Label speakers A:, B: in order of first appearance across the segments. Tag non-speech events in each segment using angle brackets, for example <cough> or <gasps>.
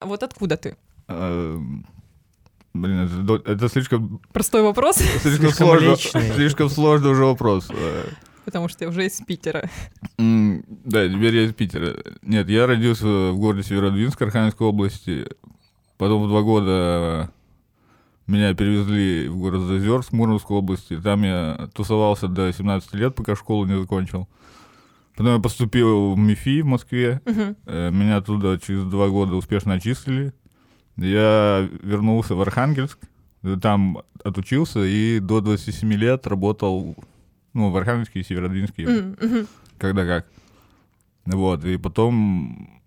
A: вот откуда ты?
B: Эм, Блин, это, до- это слишком,
A: Простой вопрос, <laughs>
B: слишком,
C: Слишком
B: сложно,
C: личный.
B: слишком сложный уже вопрос. Э,
A: потому что я уже из Питера.
B: м, Да, теперь я из Питера. Нет, я родился в городе Северодвинск Архангельской области. Потом в два года меня перевезли в город Зазерск Мурманской области. Там я тусовался до 17 лет, пока школу не закончил. Потом я поступил в МИФИ в Москве.
A: Мгм.
B: Э, Меня оттуда через два года успешно отчислили. Я вернулся в Архангельск, э, там отучился и до 27 лет работал ну, в Архангельске и Северодвинске,
A: М, мгм.
B: когда как. Вот, и потом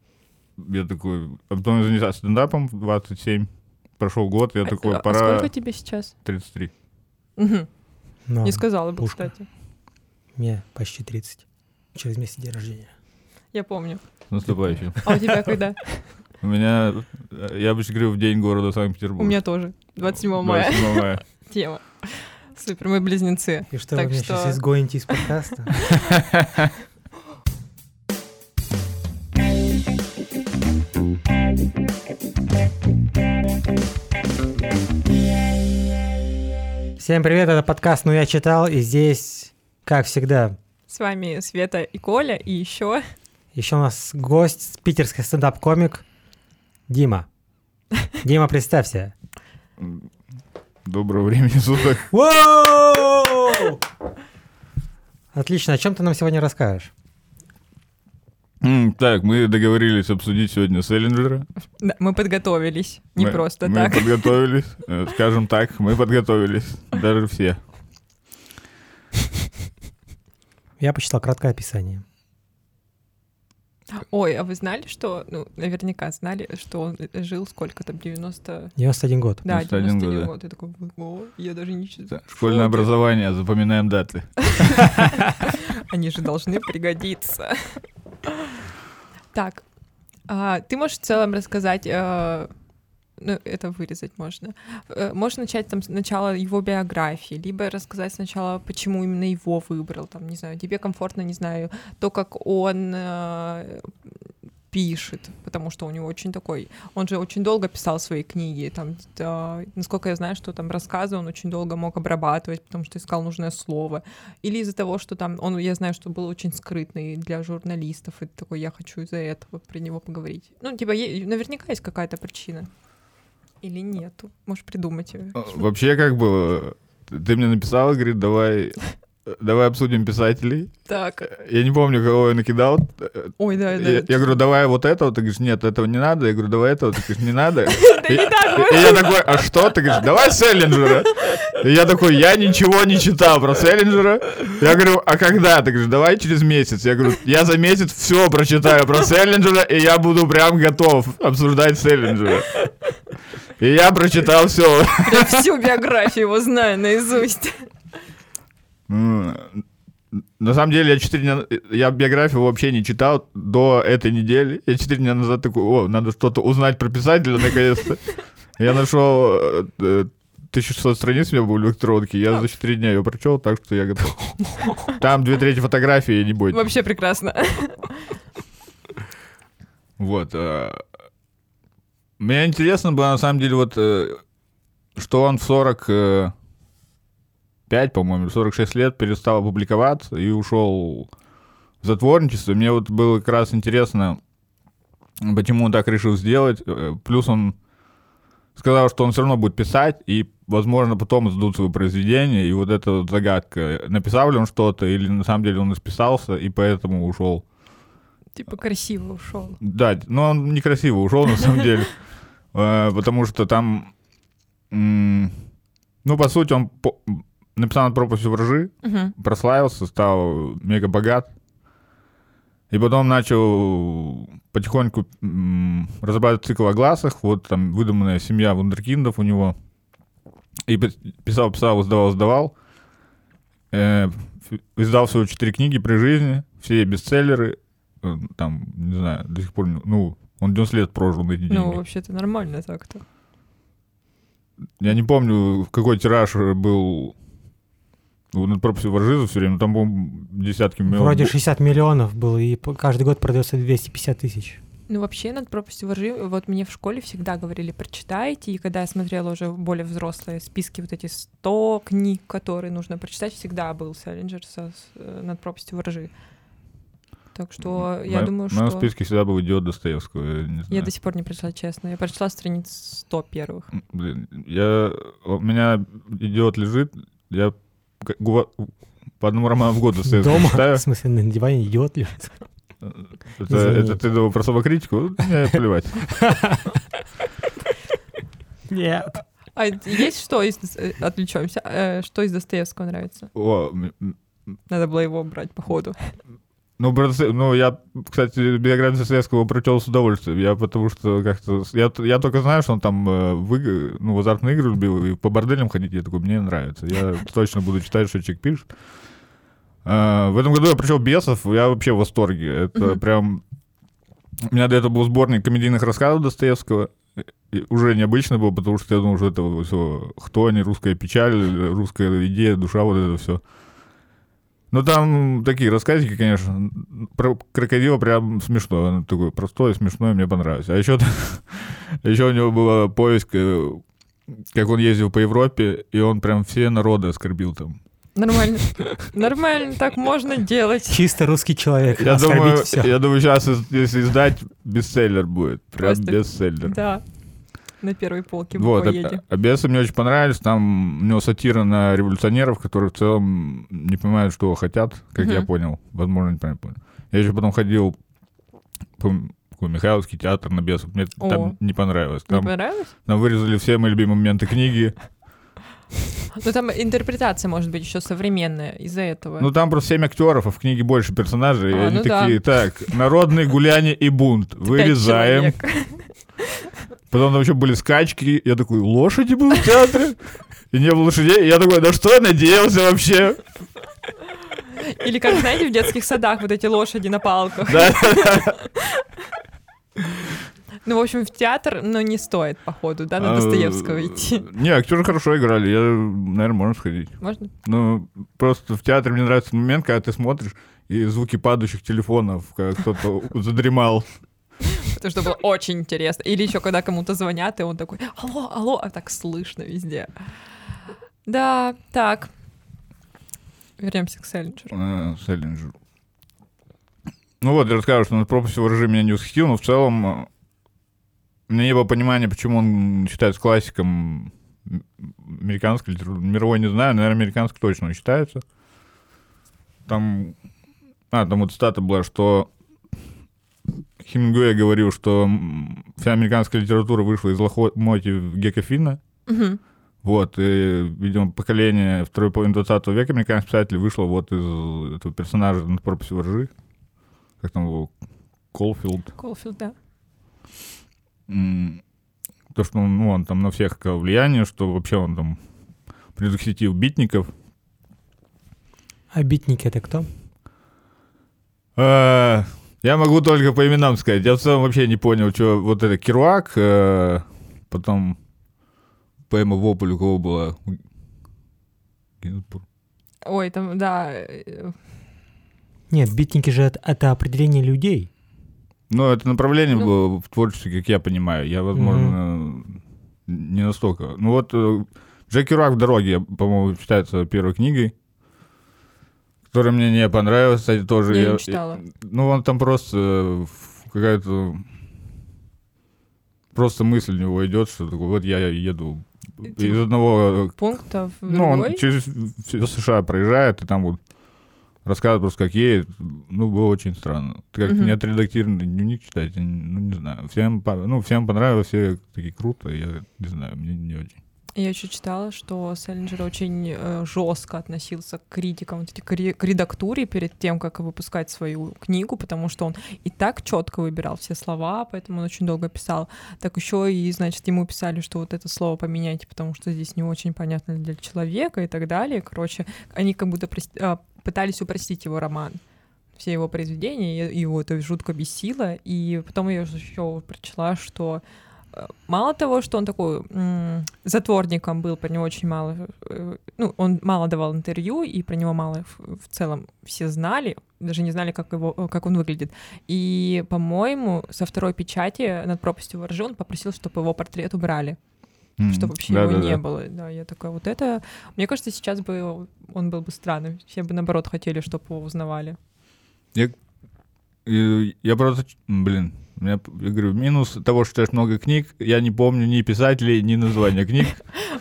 B: я такой... А потом я занялся стендапом в 27. Прошел год, я
A: А-
B: такой,
A: а
B: пора...
A: сколько тебе сейчас?
B: 33.
A: Мгм.
C: Ну,
B: А,
A: Не сказала бы,
C: пушка.
A: кстати.
C: Мне почти 30. Через месяц день рождения.
A: Я помню. <laughs>
B: С наступающим.
A: А у тебя
B: <laughs>
A: когда?
B: У меня... э, Я обычно говорю в день города Санкт-Петербург.
A: У меня тоже. 27 мая. <laughs>
B: 27 мая.
A: Тема. Супер, мы близнецы.
C: И что
A: Так
C: вы меня
A: что-
C: сейчас изгоните из подкаста? Всем привет, это подкаст «Ну я читал» и здесь, как всегда,
A: С вами Света и Коля, и еще
C: еще у нас гость, питерский стендап-комик Дима. Дима, представься.
B: Доброго времени суток.
C: Воу! Отлично, о чем ты нам сегодня расскажешь?
B: М, Так, мы договорились обсудить сегодня Селлинджера.
A: Да, мы подготовились. Не
B: Мы-
A: просто
B: мы
A: так.
B: подготовились. Э, Скажем так, мы подготовились. Даже все.
C: Я почитал краткое описание.
A: Ой, а вы знали, что, ну, наверняка знали, что он жил сколько там, 90...
C: 91 год.
A: Да,
B: 91
A: 91
B: год, да.
A: год. Я такой, «Ого, я даже не читаю.
B: Да, Школьное образование, запоминаем даты.
A: Они же должны пригодиться. Так, а, ты можешь в целом рассказать, э, ну, это вырезать можно. Э, Можешь начать там сначала его биографии, либо рассказать сначала, почему именно его выбрал, там, не знаю, тебе комфортно, не знаю, то, как он э, пишет, потому что у него очень такой, он же очень долго писал свои книги, там, э, насколько я знаю, что там рассказы он очень долго мог обрабатывать, потому что искал нужное слово, или из-за того, что там он, я знаю, что был очень скрытный для журналистов, и ты такой, я хочу из-за этого про него поговорить. Ну, типа, е- наверняка есть какая-то причина. Или нету. Можешь придумать ее.
B: Э, Вообще, как было? Ты ты мне написала, говорит, давай... э, Давай обсудим писателей.
A: Так.
B: Э, Я не помню, кого я накидал. Э,
A: Ой, да, да.
B: Я, я говорю, давай вот этого. Ты говоришь, нет, этого не надо. Я говорю, давай этого. Ты говоришь, не надо.
A: <laughs> Да не так
B: И я такой, а что? Ты говоришь, давай Селлинджера. И я такой, я ничего не читал про Селлинджера. Я говорю, а когда? Ты говоришь, давай через месяц. Я говорю, я за месяц все прочитаю про Селлинджера, и я буду прям готов обсуждать Селлинджера. И я прочитал все.
A: Я всю биографию его знаю наизусть.
B: На самом деле, я четыре дня... Я биографию вообще не читал до этой недели. Я четыре дня назад такой, о, надо что-то узнать про писателя наконец-то. Я нашел э, э, 1600 страниц у меня было в электронке. Я за четыре дня ее прочел, так что я готов. Там две трети фотографии, не бойтесь.
A: Вообще прекрасно.
B: Вот. э, Мне интересно было, на самом деле, вот, э, что он в 45, по-моему, или 46 лет перестал публиковаться и ушел в затворничество. Мне вот было как раз интересно, почему он так решил сделать. Э, Плюс он сказал, что он все равно будет писать, и, возможно, потом издадут свое произведение, и вот эта вот загадка, написал ли он что-то, или на самом деле он исписался, и поэтому ушел
A: Типа красиво ушел.
B: да, но он некрасиво ушел, на самом деле. Э, Потому что там... м, Ну, по сути, он по- написал над пропастью вражи, прославился, стал мега богат. И потом начал потихоньку м, разрабатывать цикл о глазах. Вот там выдуманная семья вундеркиндов у него. И пи- писал, писал, издавал, издавал. Э, ф- Издал всего четыре книги при жизни, все бестселлеры. Э, Там, не знаю, до сих пор, не- ну, он 90 лет прожил на эти деньги.
A: Ну, вообще-то нормально так-то.
B: Я не помню, в какой тираж э, был у над пропастью Воржиза все время, но там, по-моему, десятки миллионов.
C: Вроде
B: бу-
C: 60 миллионов было, и п- каждый год продается 250 тысяч.
A: Ну, вообще, над пропастью воржи, вот мне в школе всегда говорили, прочитайте, и когда я смотрела уже более взрослые списки, вот эти 100 книг, которые нужно прочитать, всегда был Селлинджер со, с, э, над пропастью воржи. Так что я
B: М-
A: думаю,
B: В моем
A: что...
B: списке всегда был идиот Достоевского. Я, не
A: Я
B: знаю.
A: до сих пор не прочла, честно. Я прочла страниц 100 первых.
B: Блин, я... У меня идиот лежит, я к- гува- по одному роману в год Достоевского
C: Дома, <laughs>
B: читаю.
C: в смысле, на диване идиот
B: <laughs>
C: лежит.
B: Это,
C: Извини.
B: это ты думал про собакритику? Мне плевать.
C: Нет.
A: А есть что из... Отвлечемся. Что из Достоевского нравится?
B: О, м- м-
A: Надо было его брать, походу.
B: ну, про Досто- ну, я, кстати, биографию Достоевского прочел с удовольствием. Я потому что как-то... с- Я, т- я только знаю, что он там э, в, игры- ну, в азартные игры любил, и по борделям ходить. Я такой, мне нравится. Я точно буду читать, что человек пишет. А, в этом году я прочел «Бесов», я вообще в восторге. Это
A: Мгм.
B: прям... У меня до этого был сборник комедийных рассказов Достоевского. И уже необычно было, потому что я думал, что это все кто они, русская печаль, русская идея, душа, вот это все. Ну, там такие рассказики, конечно. Про крокодила прям смешно. Он такой простой, смешной, мне понравилось. А <laughs> еще, еще у него был поиск, э, как он ездил по Европе, и он прям все народы оскорбил там.
A: Нормально. Нормально, так можно делать.
C: Чисто русский человек.
B: Я
C: оскорбить
B: думаю,
C: всё.
B: я думаю, сейчас если издать, бестселлер будет. Прям
A: Просто-
B: бестселлер.
A: Да. На первой полке в
B: Вот,
A: поеде.
B: а, а «Бесы» мне очень понравились. Там у него сатира на революционеров, которые в целом не понимают, что хотят, как я
A: Мгм.
B: понял. Возможно, неправильно понял. Я еще потом ходил по такой Михайловский театр на «Бесах». Мне
A: О.
B: там не понравилось.
A: Не
B: Там,
A: понравилось?
B: нам вырезали все мои любимые моменты книги.
A: Ну там интерпретация может быть еще современная из-за этого.
B: Ну, там просто 7 актеров, а в книге больше персонажей. и
A: А,
B: они
A: ну да.
B: такие, так, народные гуляния и
A: <laughs>
B: бунт.
A: Типа Пять
B: Вырезаем.
A: человек.
B: Потом там еще были скачки. Я такой, лошади были в театре? И не было лошадей. И я такой, на что я надеялся вообще?
A: Или как, знаете, в детских садах вот эти лошади на палках.
B: Да.
A: Ну, в общем, в театр, но не стоит, походу, да, на
B: А,
A: Достоевского идти.
B: Не, актеры хорошо играли. Я, наверное, можно сходить.
A: Можно?
B: Ну, просто в театре мне нравится момент, когда ты смотришь, и звуки падающих телефонов, как кто-то <laughs> задремал.
A: Потому что было очень интересно. Или еще когда кому-то звонят, и он такой, алло, алло, а так слышно везде. Да, так. Вернемся к Селлинджеру.
B: Э, Селлинджер. Ну вот, я расскажу, что на пропасть в режиме меня не восхитил, но в целом э, у меня не было понимания, почему он считается классиком м- американской литературы. Мировой не знаю, наверное, американской точно он считается. Там... А, там вот цитата была, что Хемингуэй говорил, что м, вся американская литература вышла из лохмотьев Гекофина,
A: Мгм.
B: вот, и, видимо, поколение второй половины 20 века американских писателей вышло вот из этого персонажа на пропаси воржи. Как там его? Колфилд.
A: Колфилд, да.
B: М, То, что он, ну, он там на всех оказал влияние, что вообще он там предусетил битников.
C: А битники это кто?
B: Э, Я могу только по именам сказать. Я в целом вообще не понял, что вот это Керуак, э, потом поэма «Вопль» у кого была? У Гинзбург.
A: Ой, там, да, э,
C: Нет, битники же это, это определение людей.
B: Ну, это направление
A: Ну.
B: было в творчестве, как я понимаю. Я, возможно, не настолько. Ну вот э, Джек Керуак в дороге, по-моему, считается первой книгой, которая мне не понравилась, кстати, тоже.
A: я не читала.
B: Ну, он там просто э, в- какая-то... Просто мысль у него идет, что такое, вот я еду
A: Эти-
B: из одного... э,
A: Пунктов
B: Ну, он
A: другой?
B: через все США проезжает, и там вот рассказывает просто, как едет. Ну, было очень странно. Ты как
A: Мгм.
B: не отредактированный дневник читать, я не- ну, не знаю. Всем, по- ну, всем понравилось, все такие круто, я не знаю, мне не очень.
A: Я еще читала, что Селлинджер очень жестко относился к критикам, вот эти к, ре- к редактуре перед тем, как выпускать свою книгу, потому что он и так четко выбирал все слова, поэтому он очень долго писал. Так еще и, значит, ему писали, что вот это слово поменяйте, потому что здесь не очень понятно для человека и так далее. Короче, они как будто прос- а, пытались упростить его роман все его произведения, и его это жутко бесило. И потом я еще прочла, что э, мало того, что он такой м, затворником был, про него очень мало, э, ну, он мало давал интервью, и про него мало в, в целом все знали, даже не знали, как, его, э, как он выглядит. И, по-моему, со второй печати над пропастью во ржи он попросил, чтобы его портрет убрали,
B: М,
A: чтобы вообще
B: да,
A: его
B: да,
A: не
B: да.
A: было. Да, я такая, вот это... Мне кажется, сейчас бы он был бы странным. Все бы, наоборот, хотели, чтобы его узнавали. <laughs>
B: И Я просто, ч- блин, у меня, я говорю, минус того, что читаешь много книг, я не помню ни писателей, ни названия книг.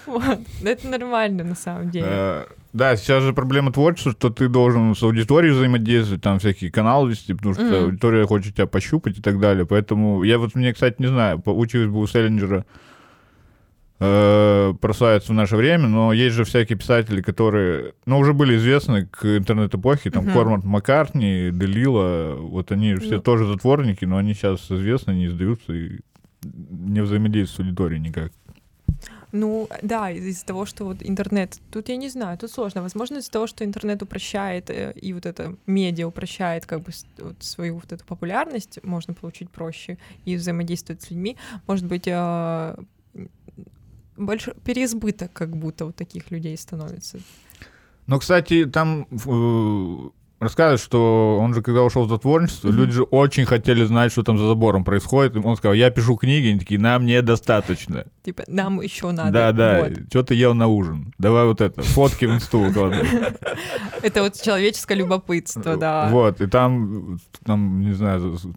A: Вот. Но это нормально, на самом деле.
B: Э, Да, сейчас же проблема творчества, что ты должен с аудиторией взаимодействовать, там всякие каналы вести, потому что
A: Мгм.
B: аудитория хочет тебя пощупать и так далее. Поэтому я вот мне, кстати, не знаю, поучилась бы у Селлинджера э, прославиться в наше время, но есть же всякие писатели, которые, ну, уже были известны к интернет-эпохе, там
A: Мгм.
B: Корманд Маккартни, Делила, вот они все
A: Ну.
B: тоже затворники, но они сейчас известны, не издаются и не взаимодействуют с аудиторией никак.
A: Ну, да, из- из-за того, что вот интернет, тут я не знаю, тут сложно. Возможно, из-за того, что интернет упрощает, э, и вот это медиа упрощает как бы с- вот свою вот эту популярность, можно получить проще и взаимодействовать с людьми. Может быть, э, больш- переизбыток как будто вот таких людей становится.
B: Ну, кстати, там э, рассказывают, что он же, когда ушел в затворничество,
A: Мгм.
B: люди же очень хотели знать, что там за забором происходит. Он сказал, я пишу книги, они такие, нам недостаточно.
A: Типа, нам еще надо.
B: да, да,
A: Вот.
B: что ты ел на ужин? Давай вот это, фотки в инсту выкладывай».
A: Это вот человеческое любопытство, да.
B: Вот, и там, там, не знаю, за-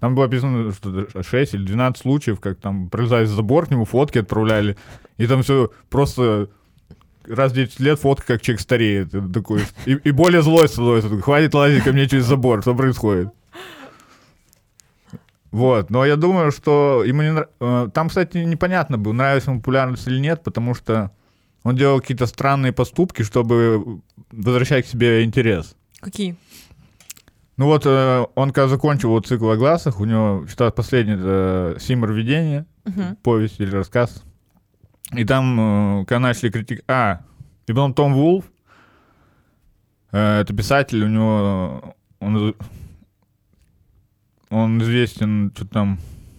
B: там было описано, что 6 или 12 случаев, как там пролезали за забор, к нему фотки отправляли, и там все просто раз в 10 лет фотка, как человек стареет. и такой, и, и более злой становится. такой, Хватит лазить ко мне через забор, что происходит? Вот, но я думаю, что ему не нра- э, Там, кстати, непонятно было, нравится ему популярность или нет, потому что он делал какие-то странные поступки, чтобы возвращать к себе интерес.
A: Какие?
B: Ну вот э, он когда закончил вот цикл о глазах, у него читал последний это «Симр видения»,
A: Мгм.
B: повесть или рассказ. И там, э, когда начали критик... А, и потом Том Вулф, э, это писатель, у него... э, Он, из- он известен, что там,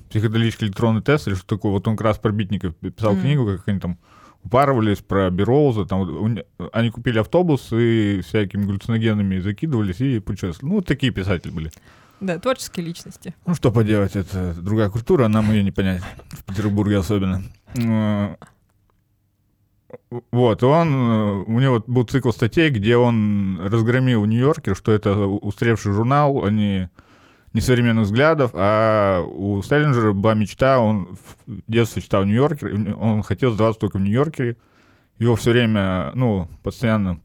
B: психоделический электронный тест или что такое. Вот он как раз про битников писал
A: Мгм.
B: книгу, как они там упарывались, про Бероуза. Там, вот у не- они купили автобус и всякими галлюциногенами закидывались и путешествовали. Ну, вот такие писатели были.
A: Да, творческие личности.
B: Ну, что поделать, это другая культура, нам ее не понять, в Петербурге особенно. Э, Вот, он, э, у него был цикл статей, где он разгромил Нью-Йоркер, что это у- устаревший журнал, они не современных взглядов, а у Сталинджера была мечта, он в детстве читал Нью-Йоркер, и он хотел сдаваться только в Нью-Йоркере, его все время, ну, постоянно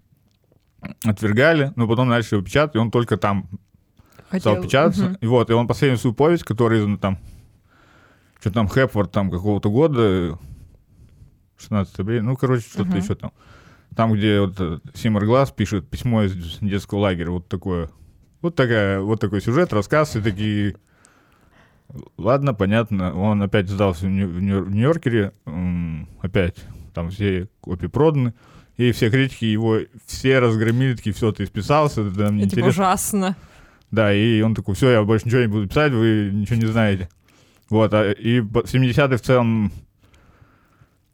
B: отвергали, но потом начали его печатать, и он только там
A: Хотел-
B: стал печататься.
A: Мгм.
B: И вот, и он последнюю свою повесть, которая из, ну, там, что там, Хепфорд там какого-то года, э, 16 апреля, ну, короче, что-то
A: Мгм.
B: еще там. Там, где вот э, Симмер Глаз пишет письмо из детского лагеря, вот такое. Вот, такая, вот такой сюжет, рассказ, и такие... Ладно, понятно, он опять сдался в Нью- в Нью- в Нью-Йоркере, м, опять там все копии проданы, и все критики его все разгромили, такие, все, ты списался, это нам не
A: Это
B: интересно.
A: типа ужасно.
B: Да, и он такой, все, я больше ничего не буду писать, вы ничего не знаете. Вот, а, и по- 70-е в целом,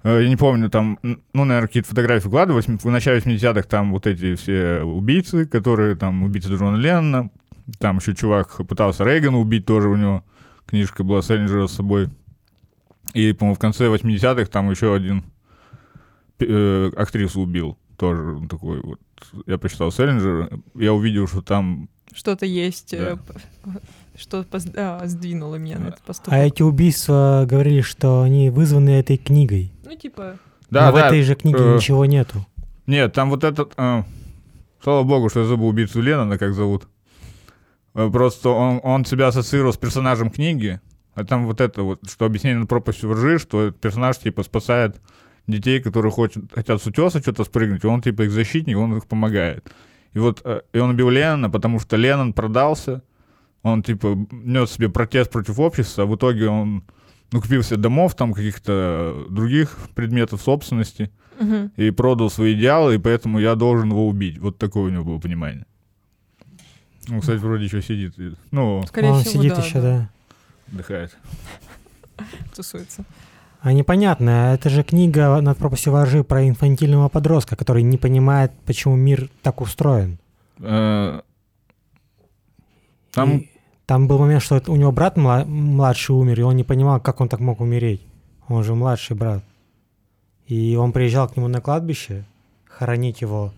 B: э, я не помню, там, н- ну, наверное, какие-то фотографии выкладывали, восьми- в начале 80-х там вот эти все убийцы, которые там, убийцы Джона Леннона, там еще чувак пытался Рейгана убить тоже, у него книжка была Селлинджера с собой. И, по-моему, в конце 80-х там еще один п- э, актрису убил тоже, он такой вот. Я прочитал Селлинджера, я увидел, что там
A: Что-то есть, э,
B: Да.
A: п- <laughs> что поз- а, сдвинуло меня на
B: Да.
A: этот поступок.
C: А эти убийства говорили, что они вызваны этой книгой.
A: Ну, типа,
B: Да, да.
C: Но в этой же книге
B: э,
C: ничего нету.
B: Нет, там вот этот... э, слава богу, что я забыл убийцу Леннона, как зовут. Э, просто он, он себя ассоциировал с персонажем книги. А там вот это вот, что объяснение на пропастью ржи, что этот персонаж типа спасает детей, которые хочет, хотят с утеса что-то спрыгнуть, и он типа их защитник, он их помогает. И вот э, и он убил Леннона, потому что Леннон продался, он типа нес себе протест против общества, а в итоге он ну, купил себе домов, там каких-то других предметов собственности,
A: мгм.
B: и продал свои идеалы, и поэтому я должен его убить. Вот такое у него было понимание. Ну, кстати, вроде еще сидит. и- Ну,
A: скорее
C: А, он
A: всего,
C: сидит
A: да,
C: еще,
A: да,
C: да.
B: отдыхает.
A: тусуется.
C: А непонятно, это же книга над пропастью воржи про инфантильного подростка, который не понимает, почему мир так устроен.
B: Э, Там
C: И там был момент, что это- у него брат мла- младший умер, и он не понимал, как он так мог умереть. Он же младший брат. И он приезжал к нему на кладбище хоронить его.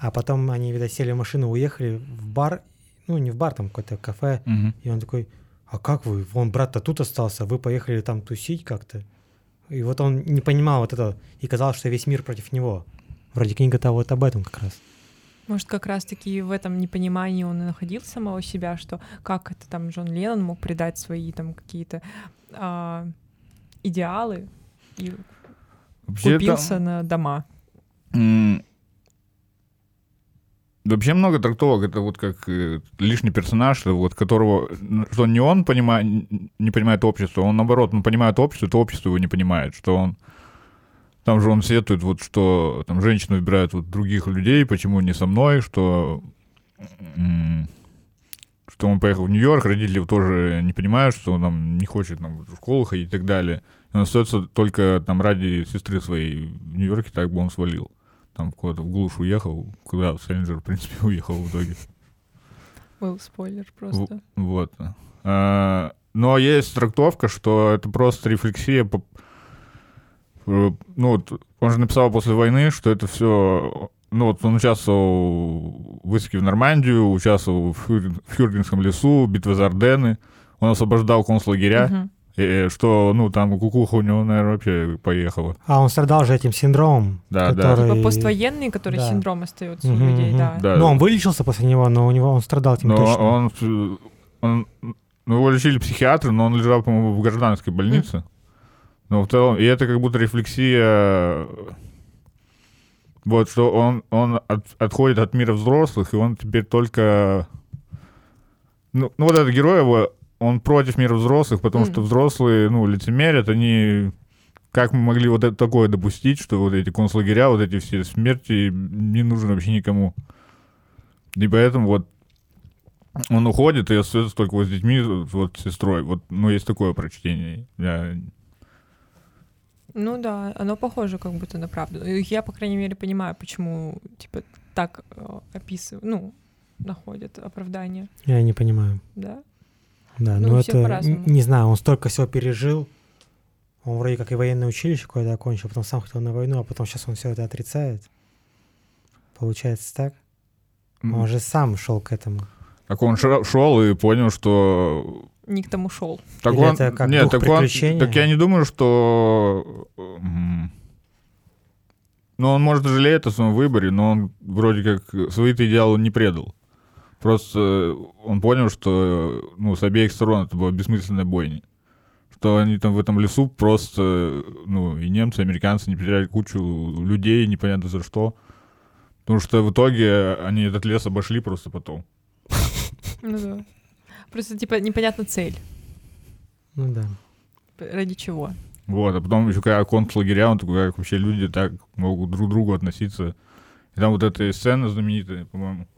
C: А потом они, видать, сели в машину, уехали в бар. Ну, не в бар, там какое-то кафе.
B: мгм.
C: И он такой, а как вы? Вон брат-то тут остался, вы поехали там тусить как-то. И вот он не понимал вот это, и казалось, что весь мир против него. Вроде книга-то вот об этом как раз.
A: Может, как раз-таки в этом непонимании он и находил самого себя, что как это там Джон Леннон мог придать свои там какие-то а, идеалы и
B: Вообще
A: купился
B: там,
A: на дома.
B: м, Вообще много трактовок, это вот как э, лишний персонаж, э, вот которого, н- что не он понимает, не понимает общество, он наоборот, он понимает общество, то общество его не понимает, что он, там же он сетует, вот что там женщины выбирают вот других людей, почему не со мной, что, м, что он поехал в Нью-Йорк, родители его тоже не понимают, что он там не хочет там, в школу ходить и так далее. Он остается только там ради сестры своей в Нью-Йорке, так бы он свалил. Там куда-то в глушь уехал, куда Селлинджер, в принципе, <laughs> уехал в итоге.
A: Был спойлер просто.
B: Вот. А, Но есть трактовка, что это просто рефлексия. по- э, Ну, вот он же написал после войны, что это все... Ну, вот он участвовал в высадке в Нормандию, участвовал в Фюрин- в Фюргенском лесу, битве за Ордены. Он освобождал концлагеря,
A: Мгм.
B: э, что, ну, там кукуха у него, наверное, вообще поехала.
C: А он страдал же этим синдромом.
B: Да, да.
C: который...
A: Типа поствовоенный, который
C: Да.
A: синдром остается у
C: Мгм,
A: людей,
C: мгм.
A: да.
B: Да.
C: Ну, он вылечился после него, но у него он страдал этим
B: Но
C: ну, точно.
B: он, э, он- ну, его лечили психиатры, но он лежал, по-моему, в гражданской больнице. Но в целом, и это как будто рефлексия, э, вот, что он, он от- отходит от мира взрослых, и он теперь только... Ну, ну, вот этот герой его, он против мира взрослых, потому
A: Мгм.
B: что взрослые, ну, лицемерят, они... Как мы могли вот это такое допустить, что вот эти концлагеря, вот эти все смерти не нужны вообще никому. И поэтому вот он уходит и остается только вот с детьми, вот с сестрой. Вот, ну, есть такое прочтение. Я-
A: Ну да, оно похоже как будто на правду. И Я, по крайней мере, понимаю, почему типа так э, описыв- ну, находят оправдание,
C: Я не понимаю.
A: да.
C: Да,
A: Ну,
C: но
A: у всех
C: это...
A: по-разному.
C: н- Не знаю, он столько всего пережил. Он вроде как и военное училище какое-то окончил, потом сам хотел на войну, а потом сейчас он все это отрицает. Получается так? Он же сам шел к этому.
B: Так он шел и понял, что...
A: Не к тому шел.
B: Так
C: Или
B: он...
C: это как
B: Нет,
C: дух
B: так, он...
C: приключения?
B: так я не думаю, что... м, Ну, он, может, жалеет о своем выборе, но он вроде как свои-то идеалы не предал. Просто он понял, что ну, с обеих сторон это была бессмысленная бойня. Что они там в этом лесу просто, ну, и немцы, и американцы не потеряли кучу людей, непонятно за что. Потому что в итоге они этот лес обошли просто потом.
A: Ну да. Просто типа непонятна цель.
C: Ну да.
A: Ради чего?
B: Вот, а потом еще когда концлагеря, он такой, как вообще люди так могут друг к другу относиться. И там вот эта и сцена знаменитая, по-моему.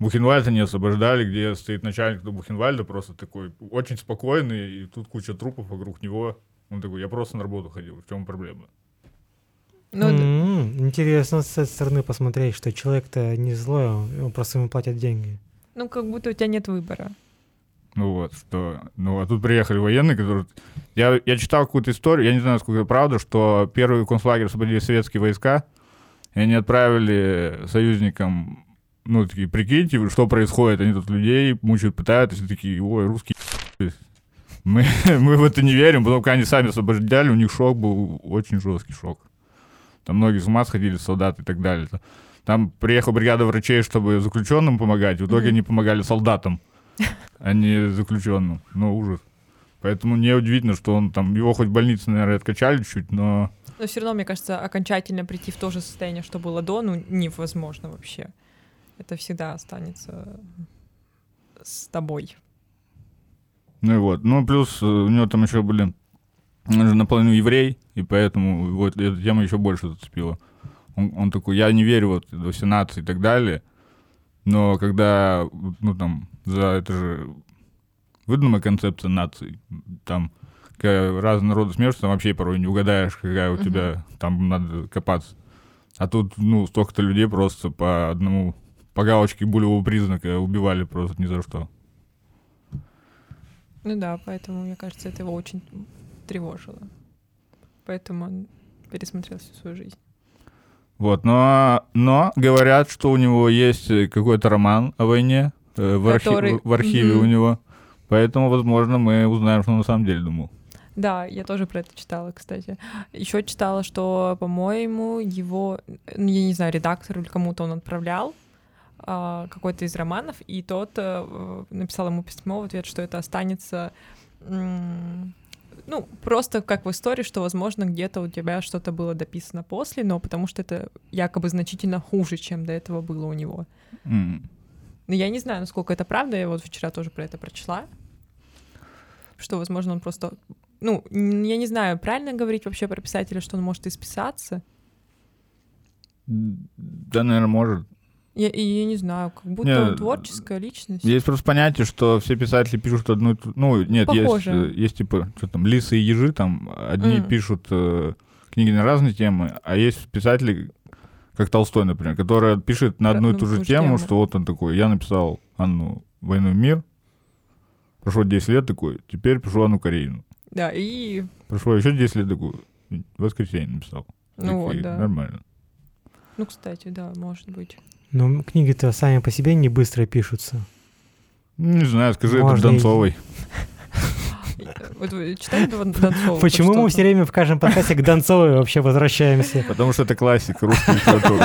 B: Бухенвальда не освобождали, где стоит начальник до Бухенвальда, просто такой очень спокойный, и тут куча трупов вокруг него. Он такой, я просто на работу ходил, в чем проблема?
A: Ну, д-
C: М, Интересно с этой стороны посмотреть, что человек-то не злой, он он просто ему платят деньги.
A: ну, как будто у тебя нет выбора.
B: Ну вот, что... Ну, а тут приехали военные, которые... Я, я читал какую-то историю, я не знаю, насколько это правда, что первый концлагерь освободили советские войска, и они отправили союзникам, ну, такие, прикиньте, что происходит, они тут людей мучают, пытают, и все такие, ой, русские ебнулись». мы, <laughs> мы в это не верим, потом, когда они сами освобождали, у них шок был, очень жесткий шок. Там многие с ума сходили, солдаты и так далее. Там приехала бригада врачей, чтобы заключенным помогать, в итоге
A: Мгм.
B: они помогали солдатам, а не заключенным. Ну, ужас. Поэтому неудивительно, что он там, его хоть в больнице, наверное, откачали чуть, но...
A: Но все равно, мне кажется, окончательно прийти в то же состояние, что было до, ну, невозможно вообще. Это всегда останется с тобой.
B: Ну и вот. Ну, плюс э, у него там еще были... Он же наполовину еврей, и поэтому вот эта тема еще больше зацепила. Он, он такой, я не верю вот во все нации и так далее, но когда, ну там, за это же выдуманная концепция нации, там Когда разного рода смерть, там вообще порой не угадаешь, какая у
A: Мгм.
B: тебя, там надо копаться. А тут, ну, столько-то людей просто по одному, по галочке булевого признака убивали просто ни за что.
A: Ну да, поэтому, мне кажется, это его очень тревожило. Поэтому он пересмотрел всю свою жизнь.
B: Вот, но, но говорят, что у него есть э, какой-то роман о войне э, в, архи-
A: Который-
B: в архиве у
A: Мгм.
B: него. Поэтому, возможно, мы узнаем, что он на самом деле думал.
A: Да, я тоже про это читала, кстати. Еще читала, что, по-моему, его, ну, я не знаю, редактору или кому-то он отправлял а, какой-то из романов, и тот э, написал ему письмо в ответ, что это останется, м, ну, просто как в истории, что, возможно, где-то у тебя что-то было дописано после, но потому что это якобы значительно хуже, чем до этого было у него. Но
B: М.
A: Ну, я не знаю, насколько это правда. Я вот вчера тоже про это прочла. Что, возможно, он просто... Ну, н- я не знаю, правильно говорить вообще про писателя, что он может исписаться.
B: Да, наверное, может.
A: Я, и я не знаю, как будто
B: Не,
A: он творческая личность.
B: Есть просто понятие, что все писатели пишут одну и ту... Ну, нет, есть,
A: Похоже.
B: э, есть типа, что там, лисы и ежи, там, одни
A: М.
B: пишут э, книги на разные темы, а есть писатели, как Толстой, например, который пишет на одну и
A: Одну
B: ту
A: и
B: же
A: ну, ту же
B: тему,
A: тему.
B: что вот он такой, я написал Анну «Войну и мир», прошло 10 лет такой, теперь пишу Анну Каренину.
A: Да, и...
B: Прошло еще 10 лет такой, «Воскресенье» написал.
A: Ну
B: Такие,
A: вот, да.
B: Нормально.
A: Ну, кстати, да, может быть. <laughs>
C: Но книги-то сами по себе не быстро
A: Ну,
C: пишутся.
B: Ну, Не знаю, скажи это
C: Можно и-
B: Донцовой.
A: Вот вы читали Дон- Донцова?
C: Почему
A: хоть
C: мы все
A: что-то?
C: время в каждом подкасте к Донцовой вообще возвращаемся?
B: Потому что это классик русской литературы.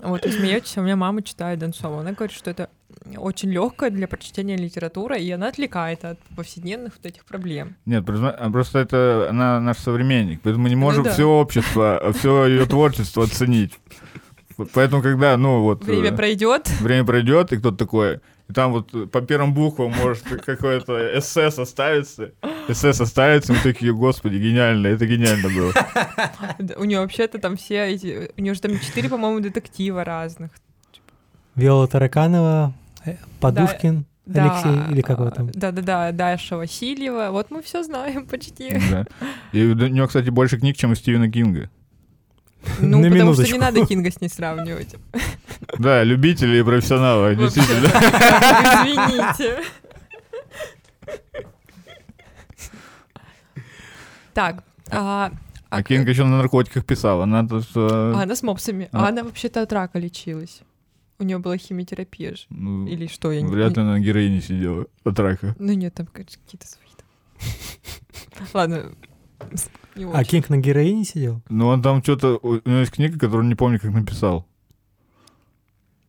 A: Вот, вы смеетесь, а у меня мама читает Донцова. Она говорит, что это очень легкая для прочтения литература, и она отвлекает от повседневных вот этих проблем.
B: Нет, просто а просто это она наш современник, поэтому мы не можем
A: Ну да.
B: все общество, все ее творчество оценить. Поэтому, когда, ну вот,
A: Время
B: э,
A: пройдет.
B: время пройдет, и кто-то такой, и там вот э, по первым буквам может какое-то эссе составится, эссе составится, и мы такие, господи, гениально, это гениально было.
A: Да, У нее вообще-то там все эти... У нее же там четыре, по-моему, детектива разных.
C: Виола Тараканова, э, Подушкин,
A: Да, э,
C: Алексей или как его там?
A: Да-да-да, Даша Васильева. Вот мы все знаем почти.
B: Да. И у нее, кстати, больше книг, чем у Стивена Кинга.
A: Ну,
C: На
A: потому что не
C: минуточку.
A: надо Кинга с ней
C: <laughs>
A: сравнивать.
B: Да, любители и профессионалы,
A: Вообще-то.
B: действительно.
A: Извините. Так, а,
B: А Кинг еще на наркотиках писал, она тут... э,
A: а она с мопсами.
B: А.
A: А она вообще-то от рака лечилась. У нее была химиотерапия же.
B: ну,
A: Или что, я не
B: Вряд ли
A: не-
B: она на героине сидела от рака.
A: Ну нет, там конечно, какие-то свои там. Ладно. не
C: А
A: очень.
C: Кинг на героине сидел?
B: Ну, он там что-то... У него есть книга, которую не помню, как написал.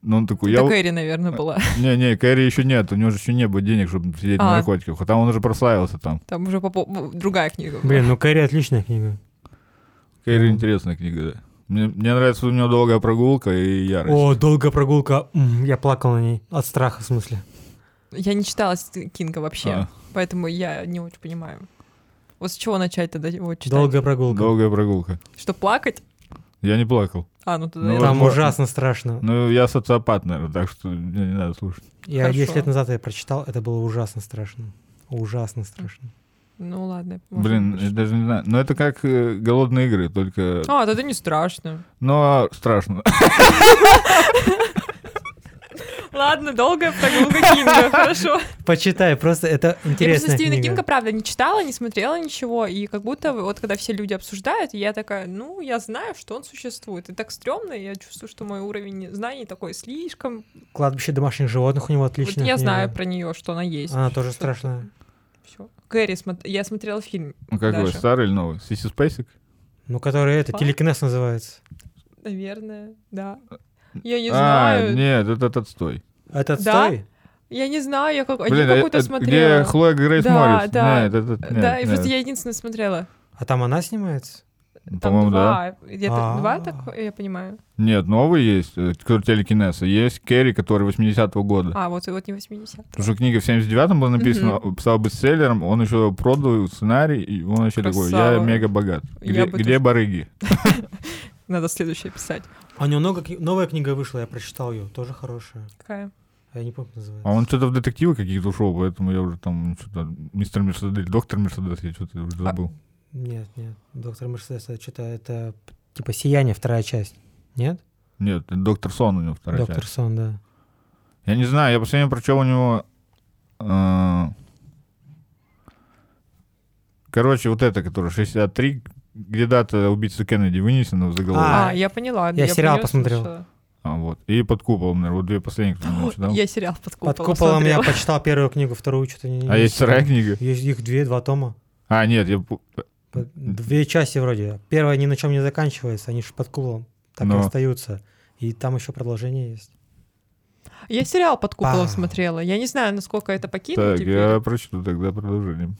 B: Но он такой... Я...
A: Это
B: у-
A: Кэрри, наверное, была. <laughs>
B: Не, не, Кэрри еще нет. У него же еще не было денег, чтобы сидеть на
A: А.
B: наркотиках. А там он уже прославился там.
A: Там уже попо- бу- другая книга. была.
C: Блин, ну Кэрри отличная книга.
B: Кэрри
C: Мгм.
B: интересная книга, да. Мне, мне нравится, у него долгая прогулка и ярость.
C: О, долгая прогулка. М, Я плакал на ней. От страха, в смысле.
A: Я не читала Ст- Кинга вообще,
B: А,
A: поэтому я не очень понимаю. Вот с чего начать тогда его читать?
C: Долгая прогулка.
B: А, долгая прогулка.
A: Что, плакать? Я-
B: Я не плакал.
A: А, ну тогда
B: Ну,
A: я-
B: вот.
C: Там
B: возможно.
C: ужасно страшно.
B: Ну, я социопат, наверное, так что мне не надо слушать.
C: Я
A: Хорошо.
C: 10 лет назад я прочитал, это было ужасно страшно. Ужасно страшно.
A: Ну ладно. можно
B: Блин,
A: больше.
B: я даже не знаю. Но это как э, голодные игры, только...
A: А, тогда не страшно.
B: Но страшно.
A: <laughs>
B: <laughs>
A: Ладно, долгая прогулка <laughs> Кинга, хорошо.
C: Почитай, просто это
A: Я просто
C: интересная
A: Стивена Кинга,
C: книга.
A: правда, не читала, не смотрела ничего, и как будто вот когда все люди обсуждают, я такая, ну, я знаю, что он существует. И так стрёмно, и я чувствую, что мой уровень знаний такой слишком...
C: Кладбище домашних животных у него
A: Вот
C: отличная
A: я
C: книга.
A: знаю про нее, что она есть.
C: Она тоже страшная.
A: Всё. Кэрри, смо- я смотрела фильм,
B: Ну, Какой,
A: Даша.
B: старый или новый? Сиси Спейсик?
C: Ну, которая это,
A: А?
C: телекинез называется.
A: наверное, да. Я не
B: а,
A: знаю.
B: нет, этот отстой.
C: Это
A: Да?
C: отстой?
A: Я не знаю, я как...
B: Блин,
A: я
B: а
A: какую-то
B: это
A: смотрела.
B: Где Хлоя Грейс
A: Да,
B: Морец?
A: да.
B: Нет, этот, нет,
A: да, и
B: нет.
A: просто я единственное смотрела.
C: А там она снимается?
A: Там
B: По-моему, да.
A: два. Где-то два,
C: А.
A: так я понимаю.
B: Нет, новый есть, э, который телекинез, а есть Керри, который 80-го года.
A: А, вот, вот не 80.
B: Потому что книга в 79-м была написана, э, стала бестселлером, он еще продал сценарий, и он вообще такой, я
A: Красава.
B: мега богат.
A: Я
B: Где,
A: бы
B: где
A: тоже-
B: барыги?
A: Надо следующее писать.
C: А у него много кни- новая книга вышла, я прочитал ее, тоже хорошая.
A: Какая?
C: Я не помню, как называется.
B: А он что-то в детективы какие-то ушел, поэтому я уже там что-то мистер Мерседес, доктор Мерседес, я что-то
A: А.
B: уже забыл.
C: Нет, нет. Доктор Мерседес, это что-то, это типа «Сияние», вторая часть. Нет?
B: Нет, это доктор Сон у него вторая
C: Доктор
B: часть.
C: Сон, да.
B: Я не знаю, я последнее прочел у него... э, Короче, вот это, которое 63, где дата убийцы Кеннеди вынесена в заголовок.
A: А,
C: А,
A: я поняла.
C: я сериал
A: про неё
C: посмотрел.
A: слышала.
B: А, вот. И под куполом, наверное, А, вот две
A: <gasps>
B: последние, которые я читал.
A: Я сериал под куполом.
C: Под куполом я
A: смотрела.
C: почитал первую книгу, вторую что-то не...
B: А
C: не
B: есть вторая книга?
C: Есть их две, два тома.
B: А, нет, я... пу-
C: По- Две части вроде. Первая ни на чем не заканчивается, они же под куполом так и
B: Но.
C: остаются. И там еще продолжение есть.
A: Я сериал под куполом
C: А.
A: смотрела. Я не знаю, насколько это покину
B: Так,
A: теперь.
B: я прочту тогда продолжение.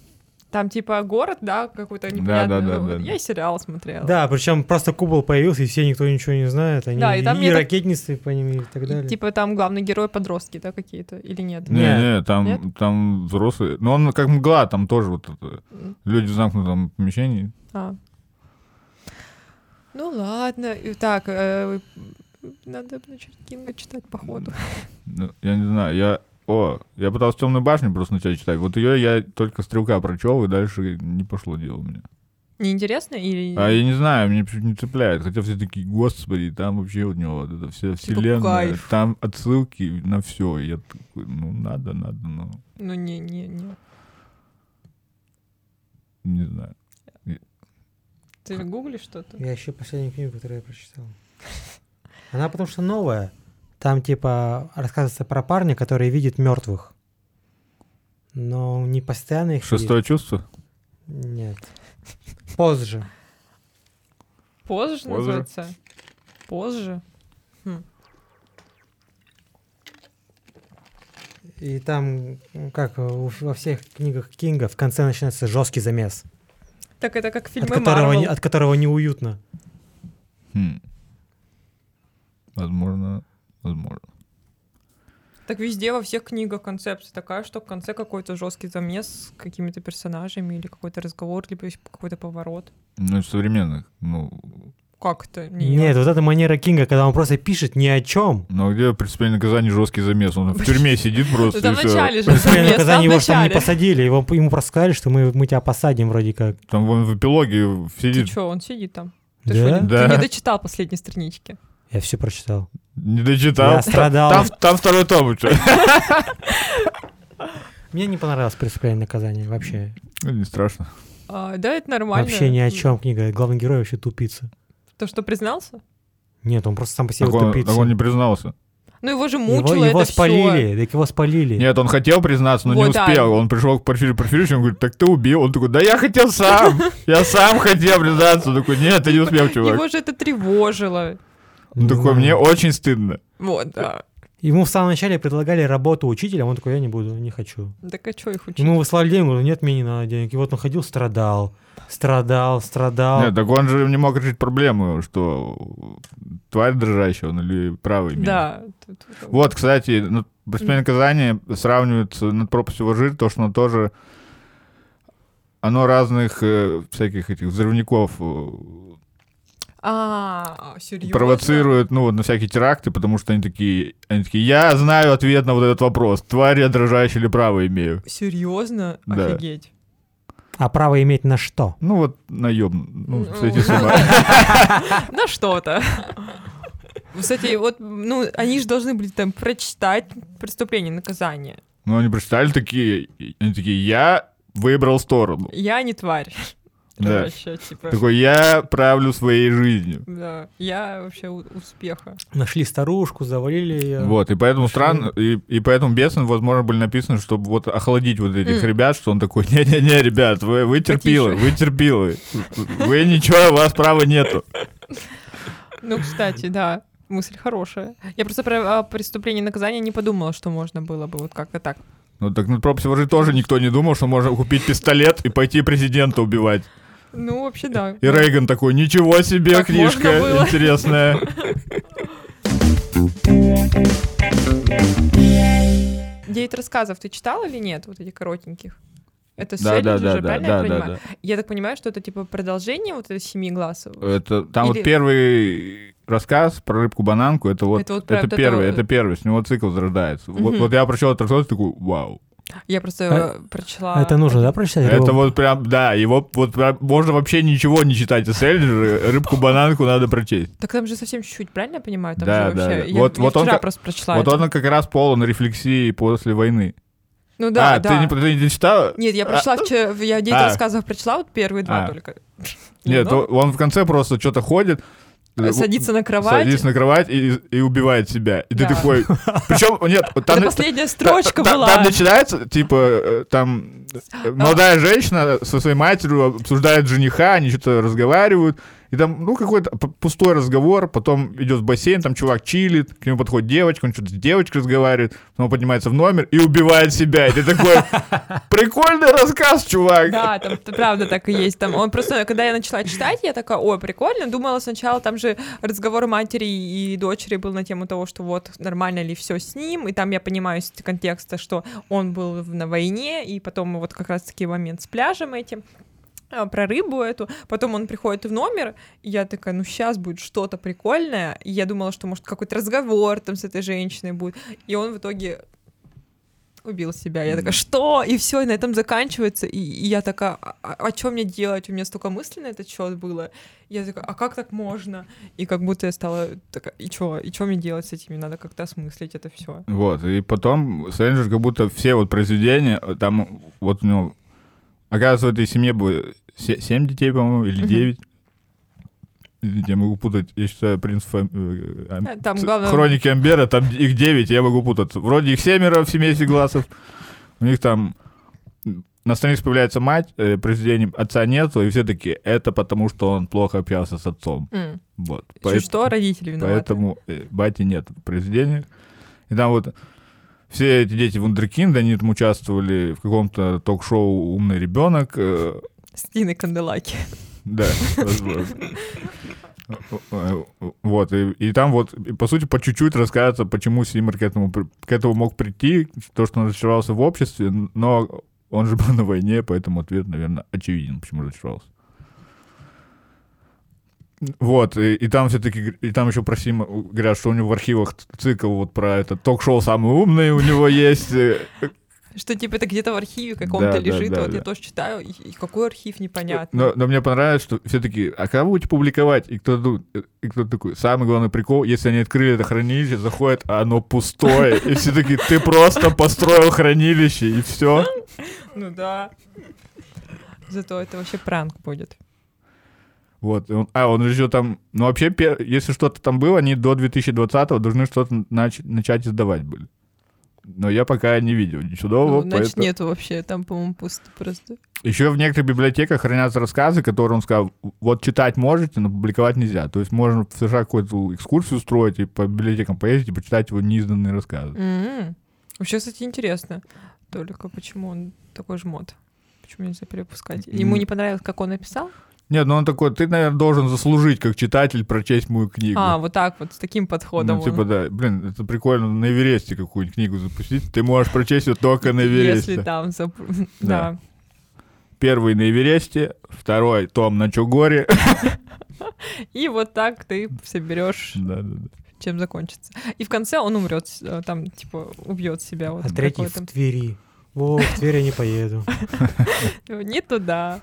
A: Там типа город, да, какой-то
B: Да,
A: непонятный.
B: да, да,
A: ну,
B: да,
A: вот.
B: да.
A: Я сериал смотрела.
C: Да, причем просто купол появился, и все никто ничего не знает. Они
A: Да,
C: и,
A: и там мне так-
C: ракетницы по ним и так
A: И,
C: далее.
A: типа там главный герой подростки, да, какие-то, или нет?
B: Не,
C: Нет.
B: не, там,
A: Нет?
B: там взрослые. Ну, он как мгла, там тоже вот это.
A: М,
B: Люди в замкнутом помещении.
A: а. Ну ладно, И так, э, надо начать Кинга читать, походу.
B: Ну, Я не знаю, я... О, я пытался темную башню просто начать читать. Вот ее я только стрелка прочел, и дальше не пошло дело у меня.
A: Неинтересно или...
B: А я не знаю, меня почему-то не цепляет. Хотя все такие, господи, там вообще у него вот эта вся вселенная,
A: Типа кайф.
B: там отсылки на все. Я такой, ну надо, надо, но
A: Ну не, не, не.
B: не знаю.
A: Ты гуглишь что-то?
C: Я еще последнюю книгу, которую я прочитал. Она потому что новая. Там типа рассказывается про парня, который видит мертвых. Но не постоянно их видит.
B: Шестое чувство?
C: Нет. Позже.
A: Позже,
B: Позже.
A: называется? Позже? Хм.
C: И там, ну, как у- во всех книгах Кинга, в конце начинается жесткий замес,
A: Так это как
C: от
A: фильмы
C: которого, не-
A: Марвел.
C: от которого неуютно.
B: Хм. Возможно, возможно.
A: Так везде во всех книгах концепция такая, что в конце какой-то жесткий замес с какими-то персонажами или какой-то разговор, либо ещё какой-то поворот.
B: Ну, из современных. Ну,
A: Как то
C: Нет, вот эта манера Кинга, когда он просто пишет ни о чем.
B: ну а где преступление наказание жесткий замес? Он в тюрьме сидит просто.
A: Ну, там
B: и
A: в
B: всё.
A: начале же
C: <laughs> Преступление
A: замес, там
C: наказания
A: в
C: его же там не
A: начале.
C: посадили, его, ему просто сказали, что мы, мы тебя посадим вроде как.
B: Там вон в эпилоге
A: Ты
B: сидит.
A: что, он сидит там? Ты,
C: Да?
A: шо, не-
B: Да.
A: ты не дочитал последние странички.
C: Я все прочитал.
B: Не дочитал.
C: Я страдал.
B: Там, там второй том.
C: <laughs>
B: чё.
C: Мне не понравилось преступление наказания вообще.
B: Ну, не страшно.
A: А, да, это нормально.
C: Вообще ни о чем книга. Главный герой вообще тупица.
A: То, что признался?
C: Нет, он просто сам по себе
B: Так он,
C: тупица.
B: так он не признался.
A: Ну его же
C: его
A: мучило
C: его
A: это всё.
C: спалили, так его спалили.
B: Нет, он хотел признаться, но не
A: Вот, да.
B: успел. Он пришел к Порфирию Порфирьевичу, он говорит, так ты убил. Он такой, да я
A: <laughs>
B: хотел сам. Я сам хотел признаться. Он такой, нет, ты не успел, чувак.
A: Его же это тревожило.
B: Он
C: Не
B: такой,
C: знаю.
B: мне очень стыдно.
A: Вот, да.
C: Ему в самом начале предлагали работу учителя, он такой, я не буду, не хочу.
A: Так а что их учить?
B: Ну,
C: Ему Ну, выслали деньги, он говорит, нет, мне не надо денег. И вот он ходил, страдал, страдал, страдал.
B: Нет, так он же не мог решить проблему, что тварь дрожащая он или правый имеет.
A: Да. тут- тут-
B: Вот, кстати, ну, преступление наказания сравнивается над пропастью Алжир, то, что оно тоже... Оно разных э, всяких этих взрывников э,
A: А, серьезно?
B: провоцирует, ну, вот на всякие теракты, потому что они такие, они такие, я знаю ответ на вот этот вопрос, тварь я дрожащая или право имею.
A: Серьезно?
B: Да.
A: Офигеть.
C: А право иметь на что?
B: Ну, вот наебно. Ну,
A: Ну,
B: сойти с
A: да,
B: ума.
A: <laughs> На что-то. <laughs> Кстати, вот, ну, они же должны были там прочитать преступление, наказание.
B: Ну, они прочитали такие, и они такие, я выбрал сторону.
A: Я не тварь.
B: Да.
A: Вообще, типа.
B: Такой, я правлю своей жизнью.
A: Да, я вообще у- успеха.
C: Нашли старушку, завалили ее.
B: Вот, и поэтому
C: Очень
B: странно,
A: ну
B: и, и поэтому бесен, возможно, были написаны, чтобы вот охладить вот этих
A: М.
B: ребят, что он такой, не-не-не, ребят, вы, вы терпилы,
A: Потише».
B: вы терпилы, вы ничего, у вас права нету.
A: Ну, кстати, да, мысль хорошая. Я просто про а, преступление и наказание не подумала, что можно было бы вот как-то так.
B: Ну так на прописи уже тоже никто не думал, что можно купить пистолет и пойти президента убивать.
A: Ну, вообще, да.
B: И Рейган такой, ничего себе,
A: Так можно
B: книжка
A: было». <laughs>
B: интересная.
A: Ну, Девять рассказов ты читал или нет, вот этих коротеньких? Это Селлинджер же, правильно я понимаю?
B: Э,
A: Я так понимаю, что это типа продолжение вот этой семи глаз.
B: Это там
A: Или-
B: вот первый рассказ про рыбку-бананку, это вот,
A: Это
B: это,
A: вот прям вот
B: первый,
A: это вот.
B: это первый, с него цикл зарождается. Вот,
A: Мгм.
B: вот я прочел этот рассказ, такой, вау.
A: Я просто э, прочла...
C: А, Это нужно, да, прочитать? Или
B: Это
C: вы-
B: вот прям, да, его вот прям, можно вообще ничего не читать из Эльджера, рыбку-бананку надо прочесть.
A: Так там же совсем чуть-чуть, правильно я понимаю? Там
B: Да,
A: же
B: да,
A: вообще...
B: да.
A: Я,
B: Вот-
A: я
B: вот он
A: вчера
B: как-
A: просто прочла.
B: Вот
A: это.
B: он как раз полон рефлексии после войны.
A: Ну да,
B: а,
A: да.
B: ты не, ты не читала?
A: Нет, я прочла вчера... Я 9
B: А.
A: рассказов прочла, вот первые два
B: А.
A: только.
B: Нет,
A: Немного.
B: он- он в конце просто что-то ходит. э,
A: ну. Садится на кровать.
B: Садится на кровать и, и убивает себя. И
A: Да. <laughs>
B: ты такой... Причем, нет, там...
A: Это
B: на-
A: последняя строчка
B: та- та-
A: была.
B: Там начинается, типа, э, там э, молодая женщина со своей матерью обсуждает жениха, они что-то разговаривают. И там, ну, какой-то п- пустой разговор, потом идет в бассейн, там чувак чилит, к нему подходит девочка, он что-то с девочкой разговаривает, потом он поднимается в номер и убивает себя. И ты такой, прикольный рассказ, чувак.
A: Да, там т- правда так и есть. Там он просто, когда я начала читать, я такая, ой, прикольно. Думала сначала, там же разговор матери и дочери был на тему того, что вот нормально ли все с ним, и там я понимаю из контекста, что он был в- на войне, и потом вот как раз-таки момент с пляжем этим а, про рыбу эту. Потом он приходит в номер, и я такая, ну сейчас будет что-то прикольное. И я думала, что может какой-то разговор там с этой женщиной будет. И он в итоге убил себя. Я такая, что? И все, и на этом заканчивается. И, и я такая, а, что мне делать? У меня столько мыслей на этот счет было. Я такая, а как так можно? И как будто я стала такая, и что? И что мне делать с этими? Надо как-то осмыслить это все.
B: Вот, и потом Сэлинджер как будто все вот произведения, э, там вот у него, оказывается, в этой семье было се- семь детей, по-моему, или
A: Мгм.
B: девять. Извините, Я могу путать, я считаю, принц Фам- э, Ам-
A: Э, там
B: Ц-
A: главное-
B: Хроники Амбера, там их девять, я могу путаться. Вроде их семеро в семействе глазов. У них там м, на странице появляется мать, э, произведений отца нету, и все таки это потому, что он плохо общался с отцом.
A: М.
B: Вот.
A: Если
B: Поэт-
A: что, родители виноваты.
B: Поэтому э, бати нет в произведениях. И там вот все эти дети вундеркинды, они там участвовали в каком-то ток-шоу «Умный ребенок». э,
A: С Диной Канделаки. <laughs>
B: Да, возможно. Э, Вот, и, и там вот, и, по сути, по чуть-чуть рассказывается, почему Симмер к этому, при- к этому мог прийти, то, что он разочаровался в обществе, но он же был на войне, поэтому ответ, наверное, очевиден, почему разочаровался. Вот, и, и там все-таки, и там еще про Сима говорят, что у него в архивах ц- цикл вот про это ток-шоу «Самый умный» у него есть. э,
A: Что типа это где-то в архиве каком-то
B: Да, да,
A: лежит,
B: да,
A: вот я
B: да.
A: тоже читаю, и, и какой архив непонятно.
B: Но, но мне понравилось, что все-таки, а кого будете публиковать? И кто, ду- и кто такой? Самый главный прикол, если они открыли это хранилище, заходит, а оно пустое. И все такие, ты просто построил хранилище, и все.
A: Ну да. Зато это вообще пранк будет.
B: Вот. и он- а, он еще там... Ну, вообще, пе- если что-то там было, они до 2020 должны что-то нач- начать издавать были. Но я пока не видел ничего нового.
A: Ну, значит,
B: поэтому-
A: нету вообще, там, по-моему, пусто просто.
B: Еще в некоторых библиотеках хранятся рассказы, которые он сказал, вот читать можете, но публиковать нельзя. То есть можно в США какую-то экскурсию устроить и по библиотекам поездить и почитать его неизданные рассказы.
A: М. М-м. Вообще, кстати, интересно, только почему он такой жмот? Почему нельзя перепускать? Ему
B: М.
A: не понравилось, как он написал?
B: Нет, ну он такой, ты, наверное, должен заслужить, как читатель, прочесть мою книгу.
A: А, вот так вот, с таким подходом.
B: ну,
A: он.
B: типа, да, блин, это прикольно на Эвересте какую-нибудь книгу запустить. Ты можешь прочесть ее только на Эвересте.
A: Если там... зап- Да.
B: Да. Первый на Эвересте, второй том
A: <laughs>
B: на Чугоре.
A: И вот так ты соберешь,
B: Да, да, да.
A: чем закончится. И в конце он умрет, там, типа, убьет себя. Вот
C: А третий в
A: какой-то.
C: Твери. О, в Тверь я не поеду.
A: Не туда.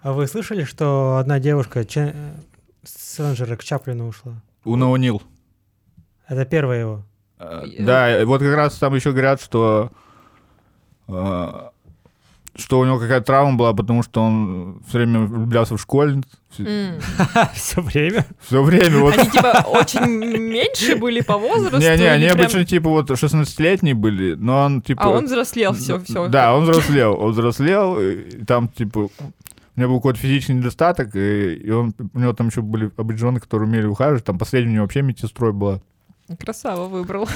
C: А вы слышали, что одна девушка Чен- э, с Рейнджера к Чаплину ушла?
B: Уна Унил.
C: Это первая его.
B: Э,
A: И-
B: Да, и вот как раз там еще говорят, что э, что у него какая-то травма была, потому что он все время влюблялся в школьниц.
A: М.
C: Все А, время.
B: Все время вот.
A: Они, типа, очень меньше были по возрасту?
B: Не, не,
A: или
B: они
A: прям-
B: обычно типа вот 16-летние были, но он типа...
A: А он взрослел, все, все.
B: Да, он взрослел, он взрослел, и там типа... У него был какой-то физический недостаток, и, и он, у него там еще были обреченные, которые умели ухаживать. Там последняя у него вообще медсестрой была.
A: Красава выбрал.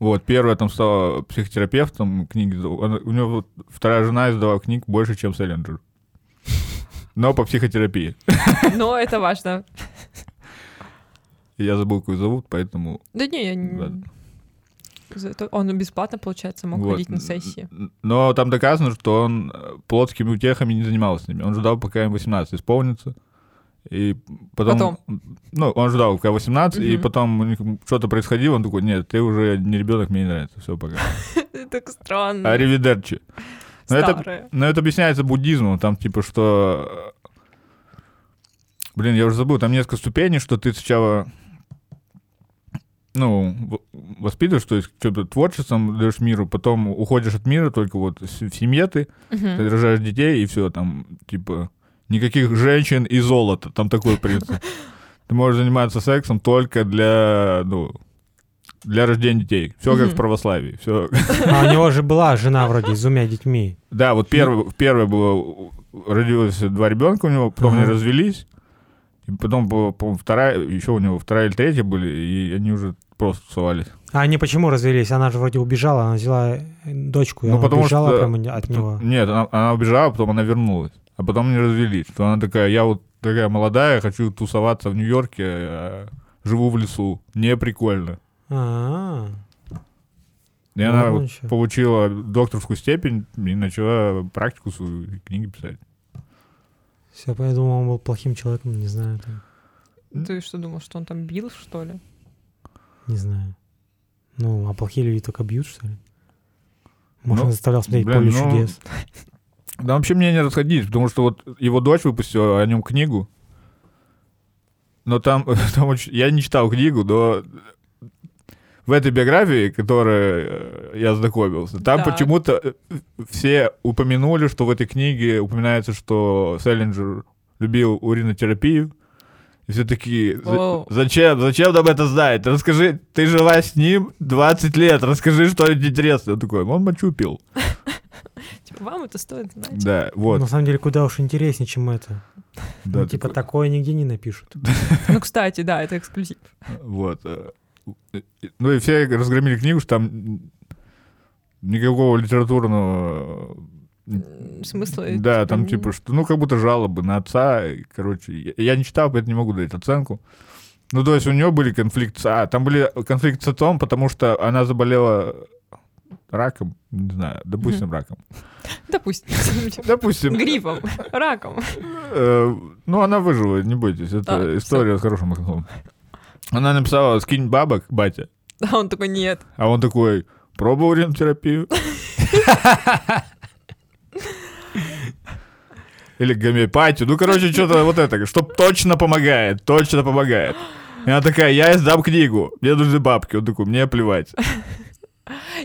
B: Вот, первая там стала психотерапевтом, книги... издав- она- у него вот вторая жена издавала книг больше, чем Селлинджер. Но по психотерапии.
A: Но это важно.
B: И Я забыл, как ее зовут, поэтому...
A: Да не, я не...
B: Ладно.
A: Зато он бесплатно, получается, мог
B: вот.
A: ходить на <laughs> сессии.
B: Но там доказано, что он э, плотскими утехами не занимался с ними. Он ждал, пока им 18 исполнится. И потом,
A: Потом.
B: Ну, он ждал, пока 18, и
A: Мгм.
B: потом у них что-то происходило, он такой, нет, ты уже не ребенок, мне не нравится, все, пока.
A: Так странно.
B: Аривидерчи. Но ну, это,
A: Старое.
B: но это объясняется буддизмом, там типа, что... э, Блин, я уже забыл, там несколько ступеней, что ты сначала ну, в- воспитываешь, то есть что-то творчеством даешь миру, потом уходишь от мира, только вот с- в семье ты,
A: Мгм.
B: ты рожаешь детей, и все, там, типа, никаких женщин и золота. Там такой
A: <laughs>
B: принцип. Ты можешь заниматься сексом только для, ну, для рождения детей. Все как в
A: Мгм.
B: православии. Все.
C: А у него же была жена вроде с двумя детьми.
B: Да, вот первый, первое было, у- родилось два ребенка у него, потом они
C: Ага.
B: развелись. И потом, по- по-моему, вторая, еще у него вторая или третья были, и они уже просто тусовались.
C: А они почему развелись? Она же вроде убежала, она взяла э, дочку, и
B: Ну,
C: она
B: потому
C: убежала
B: что-
C: прямо от него.
B: Нет, она, она убежала, потом она вернулась. А потом они развелись. Что она такая, я вот такая молодая, хочу тусоваться в Нью-Йорке, а живу в лесу. Не прикольно.
C: А,
B: И она
C: Ладно
B: вот
C: чё.
B: получила докторскую степень и начала практику свою и книги писать.
C: все, я думал, он был плохим человеком, не знаю, там,
A: Ты что думал, что он там бил, что ли?
C: не знаю. Ну, а плохие люди только бьют, что ли? Может,
B: Ну,
C: он заставлял смотреть
B: блин,
C: «Поле
B: ну,
C: чудес».
B: Да вообще мнения расходились, потому что вот его дочь выпустила о нем книгу. Но там, <laughs> там очень- я не читал книгу, но в этой биографии, которой э, я знакомился, там
A: Так.
B: почему-то э, все упомянули, что в этой книге упоминается, что Селлинджер любил уринотерапию. И все такие, «За-
A: Воу.
B: зачем, зачем нам это знает? Расскажи, ты жила с ним 20 лет, расскажи что-нибудь интересное. Я такой, он мочу пил.
A: Типа, вам это стоит знать.
B: Да, вот.
C: На самом деле, куда уж интереснее, чем это.
B: да, э,
C: Ну, типа,
B: такой.
C: такое нигде не напишут.
A: Ну, кстати, да, это эксклюзив.
B: Вот. э, э, Ну и все разгромили книгу, что там никакого литературного... э,
A: М, смысла,
B: Да,
A: типа,
B: там
A: м.
B: типа, что, ну как будто жалобы на отца, и, короче, я, я не читал, поэтому не могу дать оценку. Ну, то есть у нее были конфликты, с- а, там были конфликты с отцом, потому что она заболела раком, не знаю, допустим, раком.
A: <laughs>
B: <laughs>
A: Допустим.
B: Допустим.
A: Гриппом, раком.
B: Э, Ну, она выжила, не бойтесь. Это
A: А,
B: история с хорошим концом. Она написала «Скинь бабок, батя».
A: А он такой, нет.
B: А он такой «Пробовал ремтерапию?» Или гомеопатию. Ну, короче, что-то вот это. Что точно помогает, точно помогает. И она такая, я издам книгу, мне нужны бабки. Он такой, мне плевать.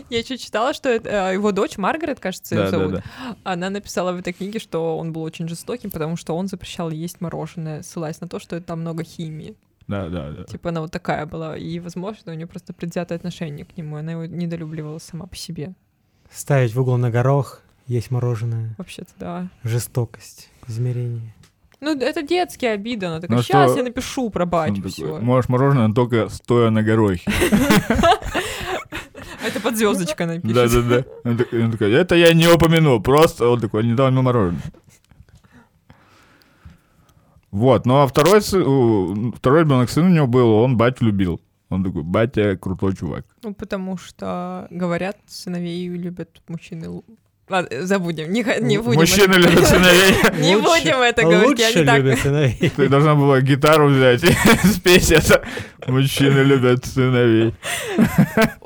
A: Я еще читала, что это, э, его дочь Маргарет, кажется, её
B: Да, да,
A: зовут.
B: да.
A: Она написала в этой книге, что он был очень жестоким, потому что он запрещал есть мороженое, ссылаясь на то, что там много химии.
B: Да, да, да.
A: Типа она вот такая была. И, возможно, у нее просто предвзятое отношение к нему. и Она его недолюбливала сама по себе.
C: Ставить в угол на горох, есть мороженое,
A: Вообще-то, да.
C: жестокость, измерение.
A: Ну, это детские обиды. Она такая,
B: Ну,
A: сейчас
B: что-
A: я напишу про
B: Он
A: батю
B: такой,
A: всё».
B: Можешь мороженое, но только стоя на горохе.
A: А Это под звездочкой напишет.
B: Да, да, да. Он так- он такой, это я не упомянул, просто он такой, не дал ему мороженое. Вот, ну а второй, сы- у- второй ребенок сын у него был, он батю любил. Он такой, батя крутой чувак.
A: Ну, потому что, говорят, сыновей любят мужчины... лу- Ладно, забудем. Не, х- не
C: М-
A: будем.
B: Мужчины
A: это-
B: любят сыновей.
A: <laughs> Не
C: Лучше-
A: будем это говорить, я
C: Лучше
A: не так...
C: любят сыновей. <laughs>
B: Ты должна была гитару взять и <laughs> спеть это. Мужчины любят сыновей.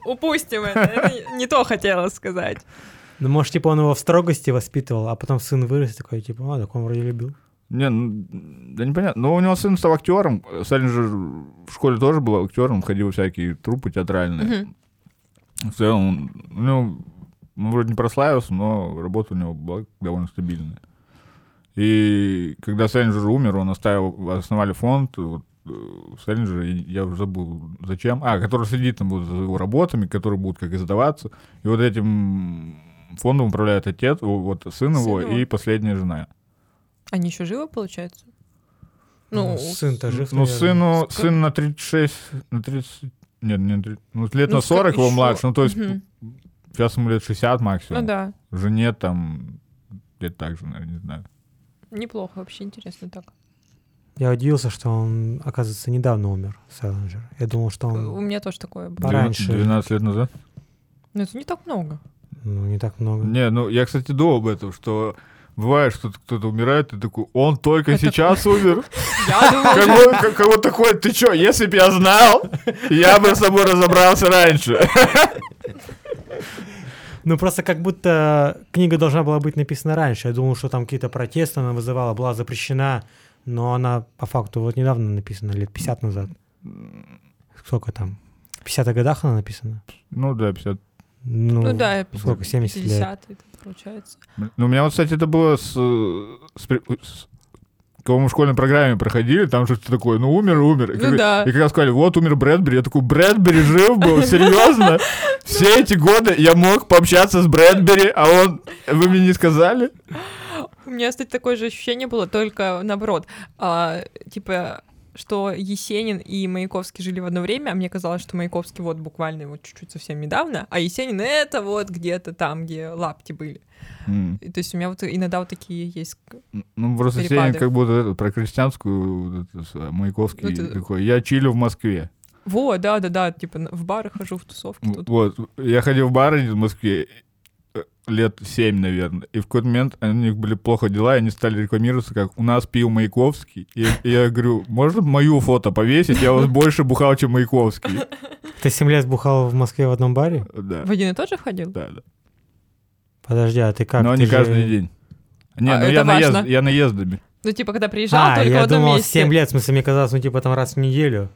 A: Упустим это. Это не то хотела сказать.
C: Ну, может, типа, он его в строгости воспитывал, а потом сын вырос такой, типа, а, так он вроде любил.
B: Не, ну, да непонятно. Но у него сын стал актером. Сталин же в школе тоже был актером, ходил в всякие трупы театральные.
A: Мгм.
B: В целом, он, ну, он вроде не прославился, но работа у него была довольно стабильная. И когда Селлинджер умер, он оставил, основали фонд, вот, э, Селлинджера, и я уже забыл, зачем, а, который следит там будет за его работами, которые будут как издаваться, и вот этим фондом управляет отец, о, вот сын его
A: Сын его.
B: и последняя жена.
A: Они еще живы, получается?
C: Ну, сын-то жив,
B: Ну,
C: наверное.
B: сыну,
A: Ск-
B: сын на 36, на 30, нет, не на 30, ну, лет
A: Ну,
B: на
A: ск-
B: 40 его
A: ещё.
B: младше, ну, то есть
A: Мгм.
B: сейчас ему лет 60 максимум.
A: Ну да,
B: жене там лет так же, наверное, не знаю.
A: неплохо, вообще интересно так.
C: Я удивился, что он, оказывается, недавно умер, Селлинджер. Я думал, что
A: Э, У
C: он,
A: меня тоже такое было.
C: Ну, Да. Пораньше.
B: 12 лет назад.
A: Но это не так много.
C: ну, не так много.
B: Не, ну я, кстати, думал об этом, что бывает, что кто-то умирает, ты такой, он только сейчас умер.
A: Я думаю,
B: Как бы- как- как вот такой, ты чё, если б я знал, я бы с тобой разобрался раньше.
C: Ну, просто как будто книга должна была быть написана раньше. Я думал, что там какие-то протесты она вызывала, была запрещена, но она по факту вот недавно написана, лет 50 назад. Сколько там? В 50-х годах она написана?
B: Ну да, 50.
C: Ну,
A: ну да,
C: сколько, 70 лет?
A: 50 это получается.
B: Ну, у меня вот, кстати, это было с... э, с при- с- Кого мы в школьной программе проходили, там что-то такое, ну умер, умер. И
A: Ну
B: как-
A: да.
B: И когда сказали, вот умер Брэдбери, я такой, Брэдбери жив был, серьезно? Все эти годы я мог пообщаться с Брэдбери, а он, вы мне не сказали?
A: У меня, кстати, такое же ощущение было, только наоборот. А, типа, что Есенин и Маяковский жили в одно время, а мне казалось, что Маяковский вот буквально его чуть-чуть совсем недавно, а Есенин — это вот где-то там, где лапти были.
B: М.
A: И, то есть у меня вот иногда вот такие есть...
B: Ну, просто
A: Перепады.
B: Сеня как будто это, про крестьянскую, вот это, с- э, Маяковский
A: Вот это-
B: такой, я чилю в Москве.
A: Во, да-да-да, типа на- в бары хожу, в тусовки тут.
B: Вот, я ходил в бары в Москве э, лет 7, наверное, и в какой-то момент у них были плохо дела, и они стали рекламироваться, как «у нас пил Маяковский», и, и я говорю, «можно мою фото повесить?
A: <laughs>
B: Я вас больше бухал, чем Маяковский».
C: Ты 7 лет бухал в Москве в одном баре?
B: Да,
A: В один и тот же ходил?
B: да, да.
C: Подожди, а ты как?
B: Но
C: Ты
B: не
C: же-
B: каждый день. Не,
A: А,
B: ну
A: это
B: я, наезд-
A: важно.
B: я наездами.
A: Ну, типа, когда приезжал,
C: А,
A: только в
C: я
A: одном
C: думал,
A: месте.
C: 7 лет, в смысле, мне казалось, ну, типа, там раз в неделю.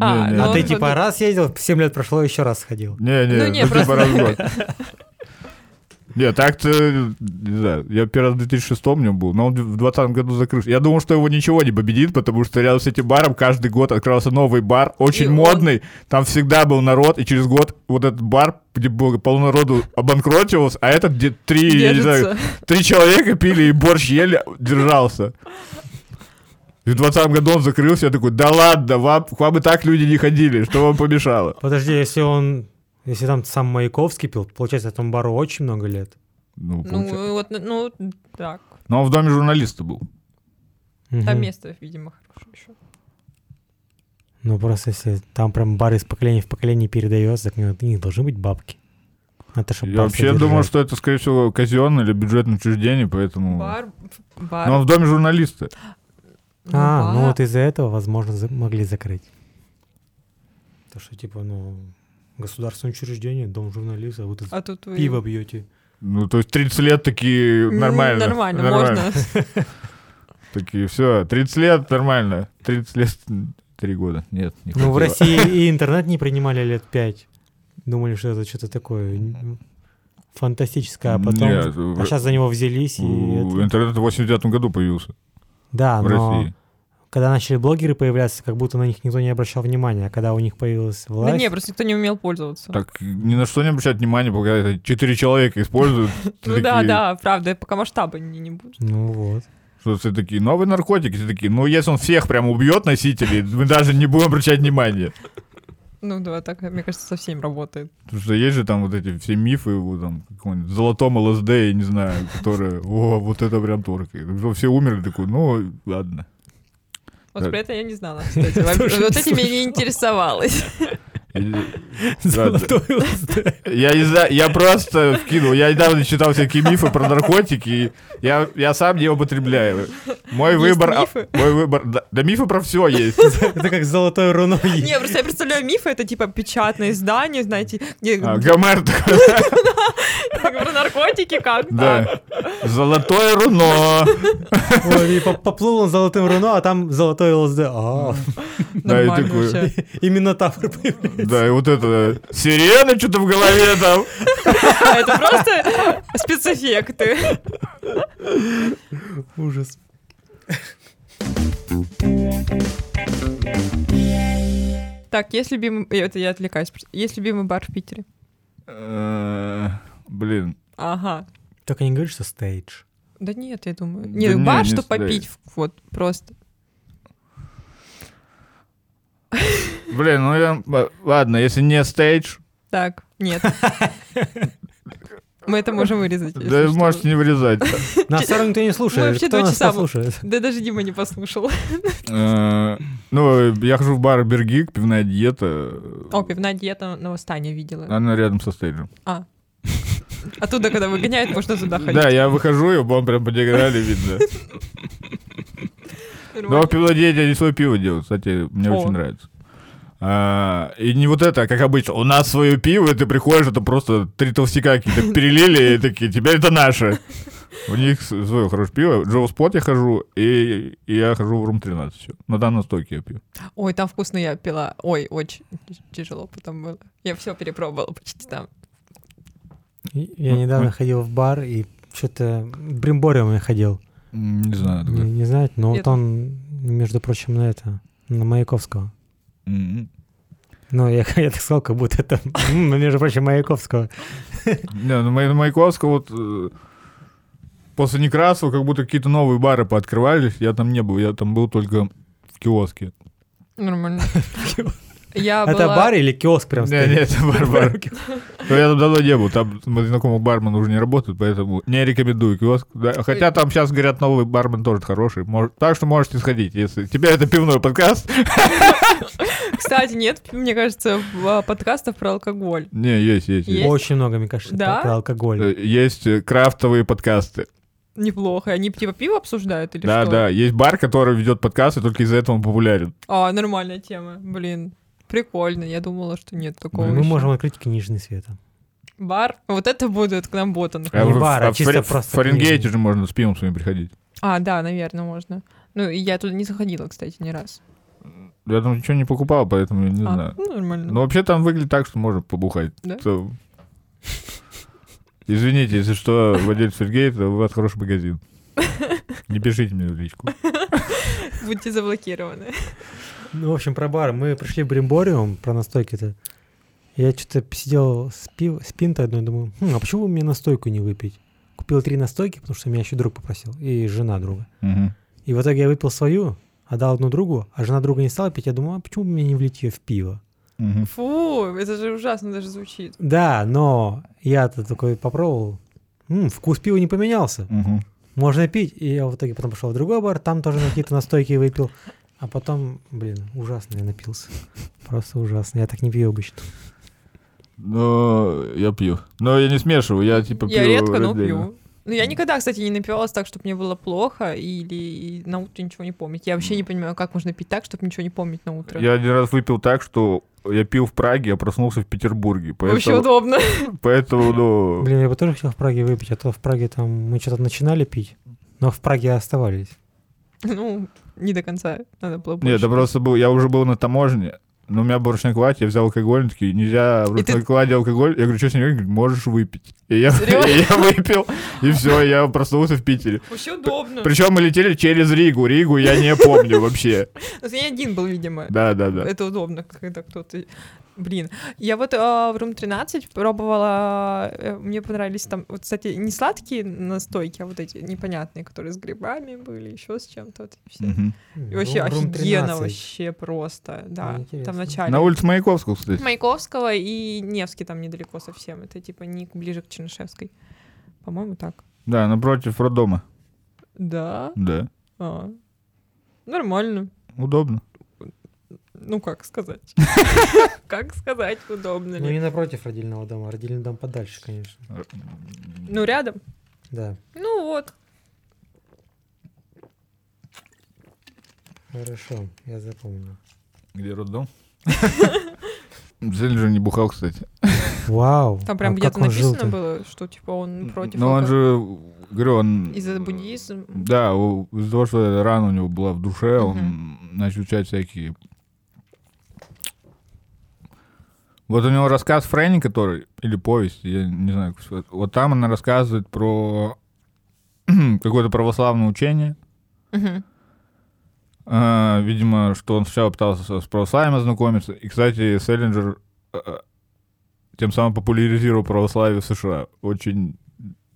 A: А,
B: Не, не,
A: ну,
C: а ты,
A: вот
C: типа,
A: это-
C: раз ездил, 7 лет прошло, еще раз сходил.
B: Не, не,
A: Ну,
B: ну,
A: не,
B: типа
A: просто-
B: раз в
A: <laughs>
B: год. Не, так-то, не знаю, я первый раз в 2006 у него был, но он в 2020 году закрылся. Я думал, что его ничего не победит, потому что рядом с этим баром каждый год открывался новый бар, очень
A: И он-
B: модный, там всегда был народ, и через год вот этот бар, где было полно народу, обанкротился, а этот, где три, я не
A: <laughs>
B: знаю,
A: Держится.
B: три человека пили и борщ ели, держался. И в 2020 году он закрылся, я такой, да ладно, вам, к вам и так люди не ходили, что вам помешало?
C: Подожди, если он... Если там сам Маяковский пил, получается, этому бару очень много лет.
B: Ну, получается.
A: Ну, вот, ну, так.
B: Но он в доме журналиста был.
A: Там
C: Мгм.
A: место, видимо, хорошее еще.
C: Ну, просто если там прям бар из поколения в поколение передается, так у них должны быть бабки. Это чтоб
B: Я
C: бар
B: вообще думал,
C: содержать.
B: что это, скорее всего, казенное или бюджетное учреждение, поэтому...
A: Бар, бар.
B: Но он в доме журналиста.
C: Ну, А, ну
A: бар.
C: вот из-за этого, возможно, за- могли закрыть. То, что, типа, ну, государственное учреждение, дом журналиста, вот
A: А тут вы-
C: пиво бьете.
A: <laughs>
B: Ну, то есть 30 лет такие
A: М,
B: нормально.
A: Нормально, можно.
B: Такие, все, 30 лет нормально. 30 лет, 3 года. Нет, не
C: Ну, в
B: хватило.
C: России и интернет не принимали лет пять. Думали, что это что-то такое м, фантастическое, а потом...
B: Нет, в-
C: А сейчас за него взялись, и
B: в-
C: это-
B: Интернет в 89 году появился
C: Да,
B: в
C: но
B: России.
C: когда начали блогеры появляться, как будто на них никто не обращал внимания, а когда у них появилась власть...
A: Да не, просто никто не умел пользоваться.
B: Так, ни на что не обращать внимания, пока это 4 человека используют.
A: <laughs> Ну
B: Ты
A: да,
B: такие,
A: да, правда, пока масштабы не, не будут.
C: Ну вот.
B: Что все такие, новый наркотик. И Все такие, ну, если он всех прям убьет носителей, мы даже не будем обращать внимания.
A: Ну да, так, мне кажется, совсем работает.
B: Потому что есть же там вот эти все мифы, вот там, каком-нибудь золотом ЛСД, я не знаю, которые, <laughs> о, вот это прям торка. И что Все умерли, такой, ну, ладно.
A: Вот
B: Да.
A: про это я не
C: <laughs>
A: знала, кстати. Во-
C: Тоже не
A: Вот этим я
C: слышала.
A: не интересовалась.
C: <laughs>
B: И-
C: Золотой
A: <laughs>
C: ЛСД.
B: Я не знаю, я просто вкинул, я недавно читал всякие мифы про наркотики, и я, я сам не употребляю. Мой
A: Есть
B: выбор... а,
A: мифы?
B: мой выбор... Да, да мифы про все
A: <laughs>
B: есть.
C: Это как золотое руно.
A: Не, просто я представляю мифы, это типа печатное издание, знаете, где <laughs>
B: А, Гомер такой,
A: как про наркотики как так.
B: да. Золотое руно.
C: Ой, и поп- Поплыл он золотым руно, а там золотое ЛСД. А,
B: Да, и
A: Нормально
B: такой,
A: вообще.
C: Именно
A: <laughs>
C: тавр появляется.
B: Да, и вот это... Сирена что-то в голове там.
A: А Это просто спецэффекты.
C: Ужас.
A: Так, есть любимый... э, Это я отвлекаюсь. просто. Есть любимый бар в Питере?
B: Э, Блин,
A: Ага.
C: Только не говори, что стейдж.
A: Да нет, я думаю.
B: Да
A: Нет,
B: не,
A: бар,
B: не
A: что
B: стоит.
A: попить, вот, просто.
B: Блин, ну я... л- Ладно, если не стейдж,
A: Так, нет. Мы это можем вырезать. если
B: да
A: что.
B: можете
A: <laughs>
B: не вырезать.
C: Нас все равно никто не
A: Мы
C: слушает.
A: вообще
C: Кто
A: два
C: нас
A: часа
C: послушает?
A: Да даже Дима не послушал.
B: Э, Ну, я хожу в бар Бергик, пивная диета. А.
A: О, пивная диета на восстание видела.
B: Она рядом со стейджем.
A: А. Оттуда, когда выгоняют, можно туда ходить.
B: Да, я выхожу, и он прям по
A: <laughs>
B: диагонали видно. Но
A: Нормально.
B: в пиводеде они свое пиво делают, кстати, мне
A: О.
B: очень нравится. А, и не вот это, как обычно, у нас свое пиво, и ты приходишь, это просто три
A: <laughs>
B: толстяка какие-то перелили, и такие, теперь это наше. У них с- свое хорошее пиво. В Джоу Спот я хожу, и, и я хожу в Рум 13 еще. Но там на стойке я пью.
A: Ой, там вкусно я пила. Ой, очень тяж- тяжело потом было. Я все перепробовала почти там.
C: И- Я недавно ходил в бар, и что-то Бримбориум я ходил.
B: М, Не знаю. такое.
C: Не, не знаете, но
A: Нет.
C: вот он, между прочим, на это, на Маяковского.
B: М.
C: Ну, я, <laughs> я так сказал, как будто это, м, между прочим, Маяковского.
B: Не, ну, Май- Маяковского вот э, после Некрасова как будто какие-то новые бары пооткрывались. Я там не был, я там был только в киоске. <laughs>
A: Нормально. Я
C: это
A: А была-
C: бар или киоск прям
B: Не,
C: стоит?
B: не, это
C: <laughs>
B: бар-бар. Ну, Я там давно не был, там мой знакомый бармен уже не работает, поэтому не рекомендую киоск. Да, Хотя там сейчас, говорят, новый бармен тоже хороший. Мож- Так что можете сходить, если... Теперь это пивной подкаст.
A: Кстати, нет, мне кажется, в- а, подкастов про алкоголь.
B: Не, есть, есть, есть.
A: Есть?
C: Очень много, мне кажется,
A: Да?
C: про, про алкоголь.
B: Э, Есть э, крафтовые подкасты.
A: Неплохо. Они типа пиво обсуждают или
B: да,
A: что?
B: да. Есть бар, который ведет подкасты, только из-за этого он популярен.
A: А, нормальная тема. Блин, прикольно. Я думала, что нет такого.
C: Мы
A: еще.
C: можем открыть книжный свет.
A: Бар. Вот это будет к нам ботан.
C: Не
B: А в-
C: бар, а
B: в
C: чисто
B: Фаре- в
C: просто
B: Фаренгейте
C: книги.
B: же можно с пивом своим приходить.
A: А, да, наверное, можно. Ну, и я туда не заходила, кстати, ни раз.
B: Я там ничего не покупал, поэтому я не
A: А,
B: знаю.
A: ну, нормально.
B: Но вообще там выглядит так, что можно побухать.
A: Да?
B: То- Извините, если что, владелец Фельдгейта, у вас хороший магазин. Не пишите мне в личку.
A: Будьте заблокированы.
C: Ну, в общем, про бар. Мы пришли в Бримбориум, про настойки-то. Я что-то сидел с, пив... с пинтой одной, думаю, «Хм, а почему бы мне настойку не выпить? Купил три настойки, потому что меня еще друг попросил, и жена друга.
B: Мгм.
C: И в итоге я выпил свою, отдал одну другу, а жена друга не стала пить. Я думаю, а почему бы мне не влить ее в пиво?
B: Мгм.
A: Фу, это же ужасно даже звучит.
C: Да, но я-то такой попробовал. «М, вкус пива не поменялся.
B: Мгм.
C: Можно пить. И я в итоге потом пошел в другой бар, там тоже на какие-то настойки выпил. А потом, блин, ужасно я напился. Просто ужасно. Я так не пью обычно.
B: Но я пью. Но я не смешиваю, я типа пью.
A: Я редко, но
B: раздельно.
A: пью. Ну, я никогда, кстати, не напивалась так, чтобы мне было плохо или на утро ничего не помнить. Я вообще не понимаю, как можно пить так, чтобы ничего не помнить на утро.
B: Я один раз выпил так, что я пил в Праге, а проснулся в Петербурге.
A: Вообще
B: Поэтому,
A: удобно. <laughs>
B: поэтому ну,
C: Блин, я бы тоже хотел в Праге выпить, а то в Праге там мы что-то начинали пить, но в Праге оставались.
A: Ну, не до конца. Надо было больше.
B: Нет, это просто был, я уже был на таможне, но у меня был ручной кладь, я взял алкоголь, они такие, нельзя в
A: И ты-
B: ручной кладе алкоголь. Я говорю, что с ним? Говорят, можешь выпить. И я, <laughs>
A: Серьёзно?
B: и я выпил, и все, я проснулся в Питере.
A: Вообще удобно.
B: Причем мы летели через Ригу, Ригу я не помню вообще.
A: Ну, Я один был, видимо.
B: Да-да-да.
A: Это удобно, когда кто-то... Блин, я вот а, в Room 13 пробовала, э, мне понравились там, вот, кстати, не сладкие настойки, а вот эти непонятные, которые с грибами были, еще с чем-то. вот эти все.
B: Мгм.
A: И вообще
C: Ну, Рум- рум
A: офигенно,
C: 13.
A: вообще просто, да.
C: Интересно.
A: Там в начале.
B: На улице Маяковского, кстати.
A: Маяковского и Невский там недалеко совсем. Это типа не ближе к Чернышевской. По-моему, так.
B: Да, напротив роддома.
A: Да.
B: Да.
A: А. Нормально.
B: Удобно.
A: Ну, как
C: <laughs>
A: сказать? Как сказать, удобно
C: Ну
A: ли?
C: не напротив родильного дома, а родильный дом подальше, конечно.
A: Ну, рядом.
C: Да,
A: Ну вот.
C: хорошо, я запомнил.
B: Где роддом? Зелень же не бухал, кстати.
C: Вау.
A: Там прям
C: а
A: где-то
C: как он жил-то?
A: написано было, что типа он против.
B: Но ну, он
A: алкоголя.
B: же, говорю, он...
A: Из-за буддизма.
B: Да, у- из-за того, что рана у него была в душе, он
A: Мгм.
B: начал читать всякие... Вот у него рассказ Фрэнни, который, или повесть, я не знаю, как сказать. Вот там она рассказывает про <clears throat> какое-то православное учение.
A: Мгм.
B: А, Видимо, что он сначала пытался с- с православием ознакомиться. И, кстати, Селлинджер э, тем самым популяризировал православие в США. Очень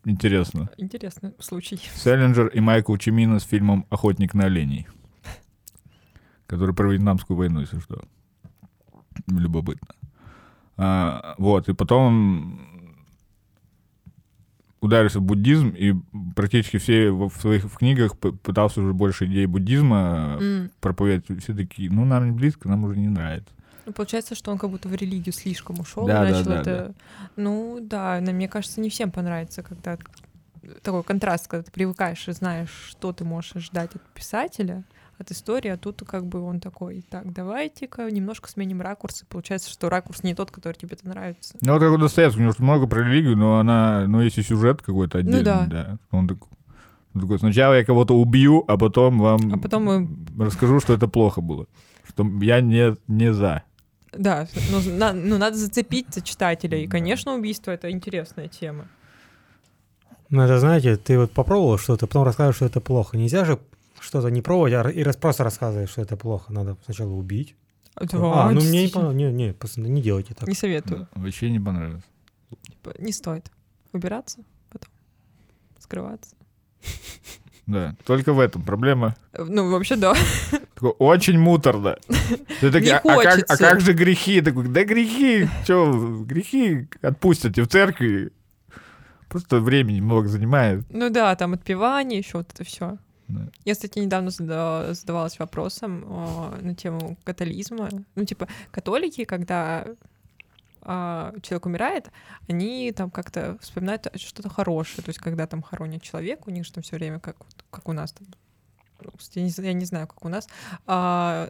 B: интересно.
A: Интересный случай.
B: Селлинджер и Майкл Чимина с фильмом «Охотник на оленей», который про Вьетнамскую войну, если что. Любопытно. А, вот, и потом он ударился в буддизм, и практически все во- в своих в книгах п- пытался уже больше идей буддизма
A: М.
B: проповедовать. Все такие, ну, нам не близко, нам уже не нравится.
A: Ну, Получается, что он как будто в религию слишком ушел
B: Да,
A: и
B: да,
A: начал
B: да,
A: это. Ну да, но мне кажется, не всем понравится, когда такой контраст, когда ты привыкаешь и знаешь, что ты можешь ожидать от писателя, от истории, а тут как бы он такой, так, давайте-ка немножко сменим ракурс, и получается, что ракурс не тот, который тебе-то нравится.
B: Ну, вот как у Достоевского, у него ж много про религию, но она, но есть и сюжет какой-то отдельный,
A: Ну да.
B: Он так- он такой, сначала я кого-то убью, а потом вам
A: А потом мы-
B: расскажу, что это плохо было. Что я не, не за.
A: Да, ну, на- ну, надо зацепить за читателя, и,
B: Да.
A: конечно, убийство — это интересная тема.
C: Ну, это, знаете, ты вот попробовал что-то, потом рассказываешь, что это плохо. Нельзя же что-то не пробовать, а р- и рас- просто рассказывать, что это плохо. Надо сначала убить.
A: Да,
C: а, ну мне не
A: действительно.
C: понравилось. Не, не, пацаны, не делайте так.
A: Не советую.
B: Вообще не понравилось.
A: Типа, не стоит убираться потом, скрываться.
B: Да, только в этом проблема.
A: Э, Ну, вообще, да.
B: Такой,
A: <laughs>
B: очень муторно. Ты такой,
A: Не
B: а, а как, а
A: хочется».
B: как же грехи? Такой, да грехи, что, грехи отпустите в церкви. Просто времени много занимает.
A: Ну да, там отпевание, еще вот это все.
B: Да.
A: Я, кстати, недавно зада- задавалась вопросом а, на тему католизма. Ну, типа, католики, когда а, человек умирает, они там как-то вспоминают что-то хорошее. То есть, когда там хоронят человека, у них же там все время, как, вот- как у нас там, ну, кстати, я не, з- я не знаю, как у нас, а,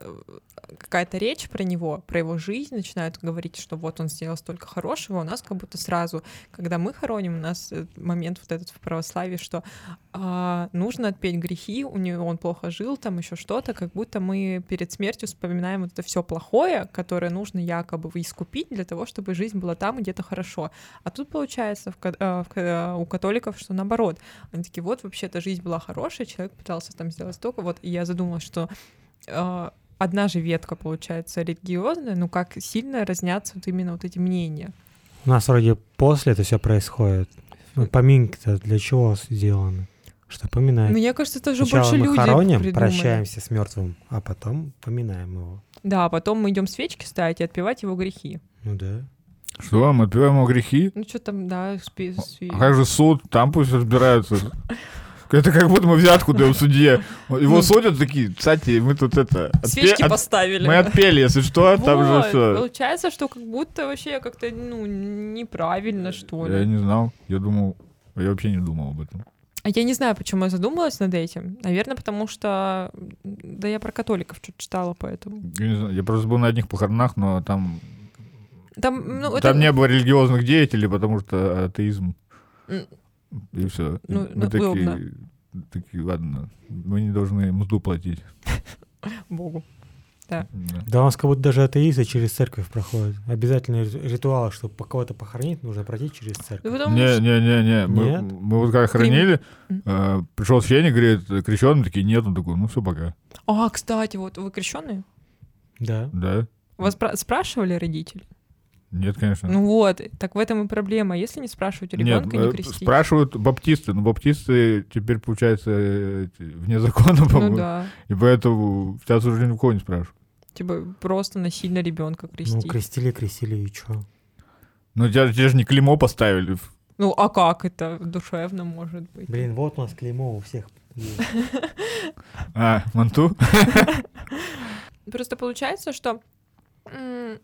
A: какая-то речь про него, про его жизнь, начинают говорить, что вот он сделал столько хорошего, а у нас как будто сразу, когда мы хороним, у нас э, момент вот этот в православии, что а, нужно отпеть грехи, у него он плохо жил, там еще что-то, как будто мы перед смертью вспоминаем вот это все плохое, которое нужно якобы искупить для того, чтобы жизнь была там и где-то хорошо. А тут получается в ка- а, в ка- у католиков, что наоборот. Они такие, вот вообще-то жизнь была хорошая, человек пытался там сделать столько. Вот и я задумалась, что а, одна же ветка получается религиозная, но как сильно разнятся вот именно вот эти мнения.
C: У нас вроде после это все происходит. Ну, поминки-то для чего сделаны? Что поминать?
A: Но мне кажется, это уже
C: Сначала
A: Ну, больше
C: мы
A: люди
C: хороним,
A: придумали.
C: прощаемся с мертвым, а потом поминаем его.
A: Да, а потом мы идем свечки ставить и отпевать его грехи.
C: Ну да.
B: Что, мы отпеваем ему грехи?
A: Ну что там, да, спи,
B: А как же суд? Там пусть разбираются. Это как будто мы взятку даем судье. Его
A: Ну.
B: судят такие, кстати, мы тут это... отпе-
A: свечки
B: от-
A: поставили.
B: Мы отпели, если что, а там же
A: Вот,
B: все.
A: Получается, что как будто вообще как-то ну неправильно что ли.
B: Э, Я не знал, я думал, я вообще не думал об этом.
A: А Я не знаю, почему я задумалась над этим. Наверное, потому что м, да я про католиков что-то читала, поэтому.
B: Я, не знаю, я просто был на одних похоронах, но там,
A: Там, ну,
B: там
A: это...
B: не было религиозных деятелей, потому что атеизм.
A: М.
B: И все.
A: Ну,
B: мы
A: ну,
B: такие, такие, ладно, мы не должны мзду платить.
A: Богу.
B: Да.
C: Да у нас как будто даже атеисты через церковь проходят. Обязательные рит- ритуалы, чтобы по- кого-то похоронить, нужно пройти через
A: Ну,
C: церковь.
A: потому
B: Не,
A: что-
B: не, не, не. Мы,
C: Нет?
B: мы вот как хранили, пришел священник, говорит, крещеный, такие, нет, он такой, ну все, пока.
A: А, кстати, вот вы крещенные? Ну,
C: Да.
B: Да,
A: Вас спра- спрашивали родители?
B: нет, конечно.
A: Ну вот, так в этом и проблема. Если не спрашивать ребенка,
B: Нет,
A: не
B: э,
A: крестить.
B: спрашивают баптисты, но баптисты теперь, получается, э, эти, вне закона, по-моему.
A: Ну да.
B: И поэтому сейчас уже ни у кого не спрашивают.
A: Типа просто насильно ребенка
C: Ну,
A: крестить. Ну,
C: крестили, крестили, и что?
B: Ну, тебе, же не клеймо поставили.
A: а как это душевно может быть?
C: Блин, вот у нас клеймо у всех.
A: <laughs>
C: есть.
B: А, манту?
A: Просто получается, что м,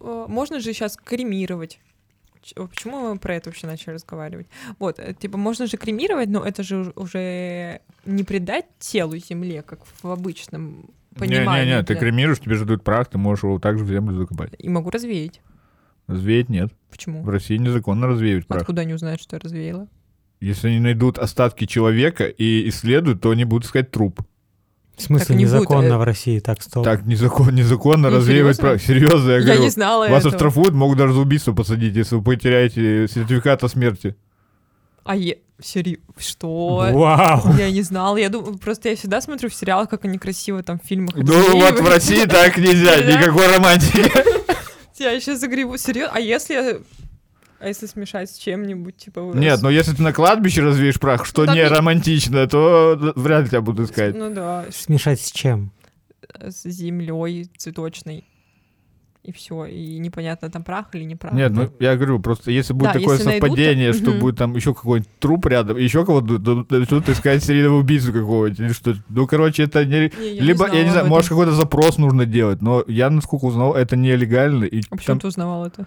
A: э, можно же сейчас кремировать. Ч- о, Почему мы про это вообще начали разговаривать? Вот, э, типа, можно же кремировать, но это же уж- уже не придать телу земле, как в обычном понимании.
B: Не-не-не, ты
A: для-
B: кремируешь, тебе же дают прах, ты можешь его также в землю закопать.
A: И могу развеять.
B: Развеять нет.
A: Почему?
B: В России незаконно развеивать прах.
A: Откуда они узнают, что я развеяла?
B: Если они найдут остатки человека и исследуют, то они будут искать труп.
C: В смысле,
A: Так не будет,
C: незаконно
A: э.
C: в России так стоп.
B: Так незаконно, незаконно
A: Ну,
B: развеивать
A: серьезно?
B: прах. Серьезно, я,
A: Я,
B: говорю.
A: не знала
B: вас
A: этого.
B: оштрафуют, могут даже за убийство посадить, если вы потеряете сертификат о смерти.
A: А е... Сери... Что?
C: Вау!
A: Я не знала. Я думаю, просто я всегда смотрю в сериалах, как они красиво там в фильмах.
B: Ну вот в
A: отсеивают.
B: России так нельзя,
A: Да.
B: никакой
A: <laughs>
B: романтики.
A: Я еще загребу. Серьезно? А если... А если смешать с чем-нибудь, типа... вы-
B: Нет, ну, но если ты на кладбище развеешь прах, что
A: Ну, там
B: не
A: не-
B: романтично, то вряд ли тебя будут искать.
A: Ну да,
C: Смешать с чем?
A: с землей цветочной. и все, и непонятно, там прах или не прах.
B: Нет, ну я говорю, просто если будет
A: Да,
B: такое
A: если найдут, то-
B: совпадение, что
A: Мгм.
B: будет там еще какой-нибудь труп рядом, еще кого-то дадут- начнут искать серийного убийцу какого-нибудь или что Ну, короче, это не...
A: Не, я не
B: Либо, я
A: знала
B: не знаю,
A: об
B: может,
A: этом.
B: какой-то запрос нужно делать, но я, насколько узнал, это нелегально. И
A: А
B: там-
A: почему ты узнавал это?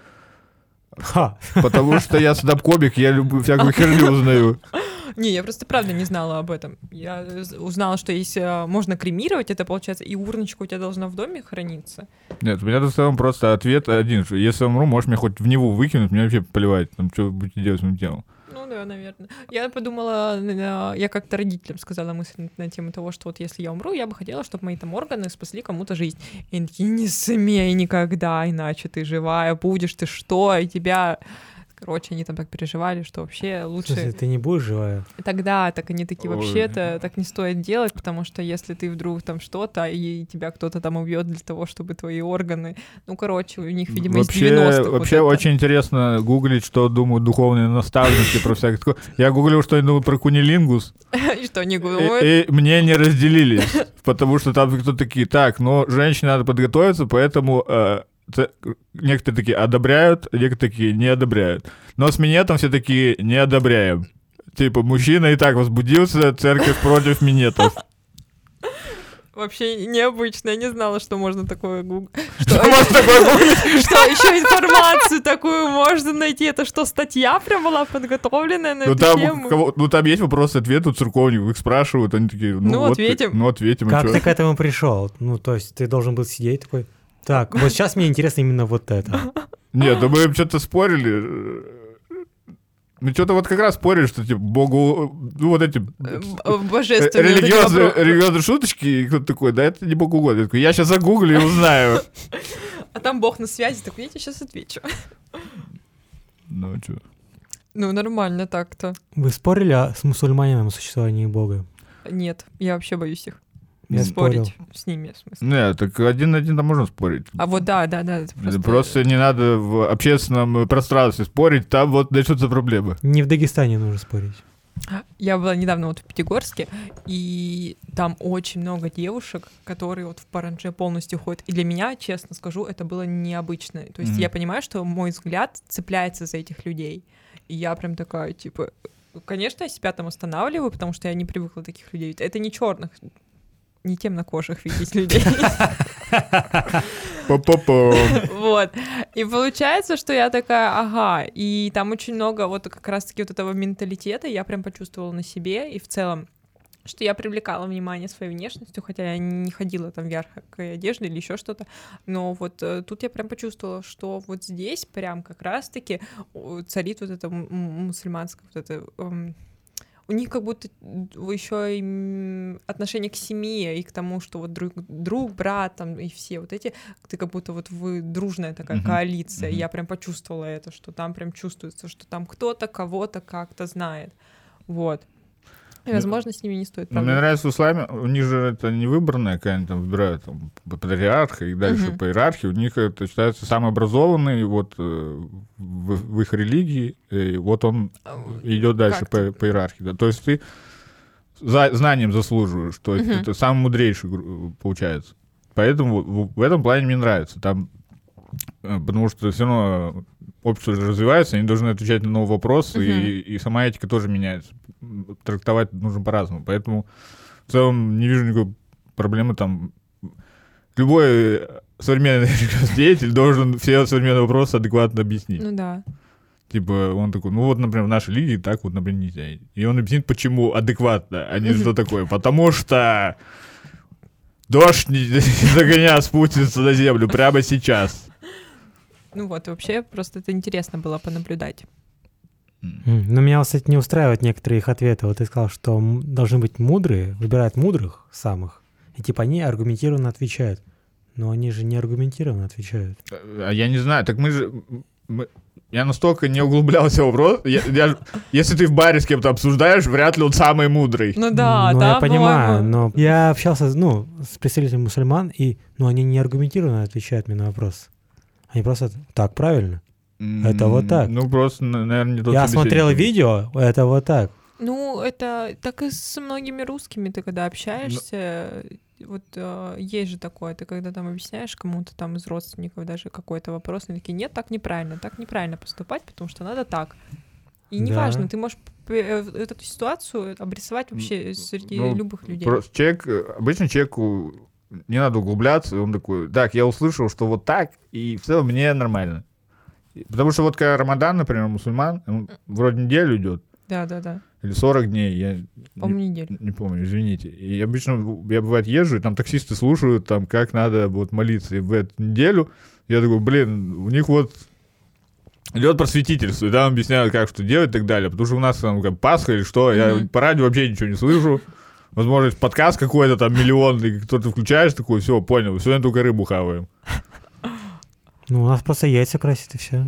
C: Ха.
B: потому что я стендап-комик, я люблю всякую херню узнаю.
A: Не, я просто правда не знала об этом. Я з- узнала, что если а, можно кремировать, это получается, и урночка у тебя должна в доме храниться.
B: Нет, у меня в целом просто ответ один. что Если я умру, можешь меня хоть в него выкинуть, мне вообще плевать, там, что будете делать с моим телом.
A: Ну да, наверное. Я подумала, н- на- я как-то родителям сказала мысль на, на тему того, что вот если я умру, я бы хотела, чтобы мои там органы спасли кому-то жизнь. И они такие, не смей никогда, иначе ты живая будешь, ты что, и тебя... Короче, они там так переживали, что вообще
C: В смысле,
A: лучше
C: ты не будешь живая?
A: тогда, так они такие
B: Ой.
A: вообще-то так не стоит делать, потому что если ты вдруг там что-то, и тебя кто-то там убьет для того, чтобы твои органы, ну, короче, у них, видимо, из
B: вообще,
A: 90-х вот
B: вообще
A: это.
B: очень интересно гуглить, что думают духовные наставники про всякое такое. Я гуглил, что они думают про кунилингус,
A: <laughs> И что они думают?
B: и, и мне не разделились, <laughs> потому что там кто-то такие, так, но женщине надо подготовиться, поэтому э, ц- некоторые такие одобряют, некоторые такие не одобряют. Но с минетом все такие не одобряем. Типа, мужчина и так возбудился, церковь против минетов.
A: Вообще необычно, я не знала, что можно такое гуг- <laughs>
B: <laughs> Что у вас такое было?
A: Что еще информацию такую можно найти? Это что, статья прям была подготовленная на
B: Ну
A: эту
B: там,
A: тему?
B: кого- ну там есть вопрос-ответ у церковников, их спрашивают, они такие, ну,
A: Ну,
B: вот ты-
A: ответим.
B: ну ответим. и
C: Как
B: чё?
C: ты к этому пришел? Ну, то есть ты должен был сидеть такой. Так, вот сейчас мне интересно именно вот <laughs> это.
B: Нет, да мы что-то спорили. Ну, что-то вот как раз спорили, что, типа, богу... Ну, вот эти...
A: Э,
B: э,
A: б- Божественные вот эти
B: Религиозные,
A: вопросы.
B: религиозные шуточки, и кто-то такой, да это не богу угодно. Я такой, я сейчас загуглю и узнаю.
A: А там бог на связи, так я тебе сейчас отвечу.
B: <laughs>
A: <laughs>
B: Ну, чё.
A: Ну, нормально так-то.
C: Вы спорили о- с мусульманином о существовании Бога?
A: Нет, я вообще боюсь их
C: Я спорил.
A: спорить с ними, в смысле.
B: Не, так один на один там можно спорить.
A: А вот да, да, да. это
B: Просто... не надо в общественном пространстве спорить, там вот начнутся проблемы.
C: Не в Дагестане нужно спорить.
A: Я была недавно вот в Пятигорске, и там очень много девушек, которые вот в паранже полностью ходят. И для меня, честно скажу, это было необычно. То есть
B: Мгм.
A: я понимаю, что мой взгляд цепляется за этих людей. И я прям такая, типа, конечно, я себя там останавливаю, потому что я не привыкла таких людей. Это не черных, не темнокожих видеть людей.
B: Па-па-пам.
A: Вот. <laughs> И получается, что я такая, ага, и там очень много вот как раз-таки вот этого менталитета я прям почувствовала на себе и в целом что я привлекала внимание своей внешностью, хотя я не ходила там в яркой одежде или еще что-то, но вот э, тут я прям почувствовала, что вот здесь прям как раз-таки о, царит вот это м- м- мусульманское вот это эм, у них как будто еще и м, отношение к семье и к тому, что вот друг, друг, брат там и все вот эти, ты как будто вот вы дружная такая
B: Мгм,
A: коалиция.
B: мгм.
A: Я прям почувствовала это, что там прям чувствуется, что там кто-то кого-то как-то знает. Вот. И,
B: Ну,
A: возможно, с ними не стоит.
B: Ну, мне
A: правда.
B: нравится в исламе, у них же это не выборное, когда они там выбирают там, патриарха и дальше
A: Мгм.
B: по иерархии, у них это считается самый образованный вот э, в, в их религии, и вот он
A: А,
B: идет дальше
A: как
B: по,
A: ты?
B: по иерархии. да. То есть ты за- знанием заслуживаешь, что
A: Мгм.
B: это самый мудрейший гру- получается. Поэтому в, в этом плане мне нравится. Там, э, потому что все равно э, общество же развивается, они должны отвечать на новые вопросы, и, и сама этика тоже меняется. М, Трактовать нужно по-разному. Поэтому в целом не вижу никакой проблемы там. Любой э, современный <laughs> деятель должен все современные вопросы адекватно объяснить.
A: Ну да.
B: Типа, он такой, ну вот, например, в нашей лиге так вот, например, нельзя. И он объяснит, почему адекватно, а не что такое. Потому что дождь не не загоня спустится на землю прямо сейчас.
A: Ну вот, вообще просто это интересно было понаблюдать.
C: М, Но меня, кстати, не устраивают некоторые их ответы. Вот ты сказал, что м- должны быть мудрые, выбирают мудрых самых. И типа они аргументированно отвечают. Но они же не аргументированно отвечают.
B: А я не знаю, так мы же... мы- я настолько не углублялся в вопрос. Я- я- если ты в баре с кем-то обсуждаешь, вряд ли он самый мудрый.
A: Ну да,
C: ну,
A: да,
C: я понимаю,
A: по-моему.
C: но я общался, ну, с представителями мусульман, и, ну, они не аргументированно отвечают мне на вопрос. Они просто так правильно. Это вот так.
B: Ну, просто, наверное, не тот
C: я
B: собеседник.
C: смотрел видео, это вот так.
A: Ну, это так и с многими русскими ты когда общаешься, вот э, есть же такое, ты когда там объясняешь кому-то там из родственников даже какой-то вопрос, они такие, нет, так неправильно, так неправильно поступать, потому что надо так. И
C: Да.
A: неважно, ты можешь п- э, эту ситуацию обрисовать вообще среди
B: ну,
A: любых людей.
B: Просто человек, э, обычно человеку не надо углубляться, и он такой, так, я услышал, что вот так, и в целом мне нормально. И- Потому что вот когда Рамадан, например, мусульман, он вроде неделю идет,
A: Да, да, да.
B: или 40 дней, я
A: По-моему,
B: не,
A: неделю.
B: не помню, извините. И обычно в- я бывает езжу, и там таксисты слушают, там, как надо вот молиться. И в эту неделю я такой, блин, у них вот идет просветительство, и там объясняют, как что делать и так далее. Потому что у нас там как Пасха или что, я
A: Мгм.
B: по радио вообще ничего не слышу. Возможно, есть подкаст какой-то там миллионный, кто-то включаешь такой, все, понял, сегодня только рыбу хаваем.
C: Ну, у нас просто яйца красят и все.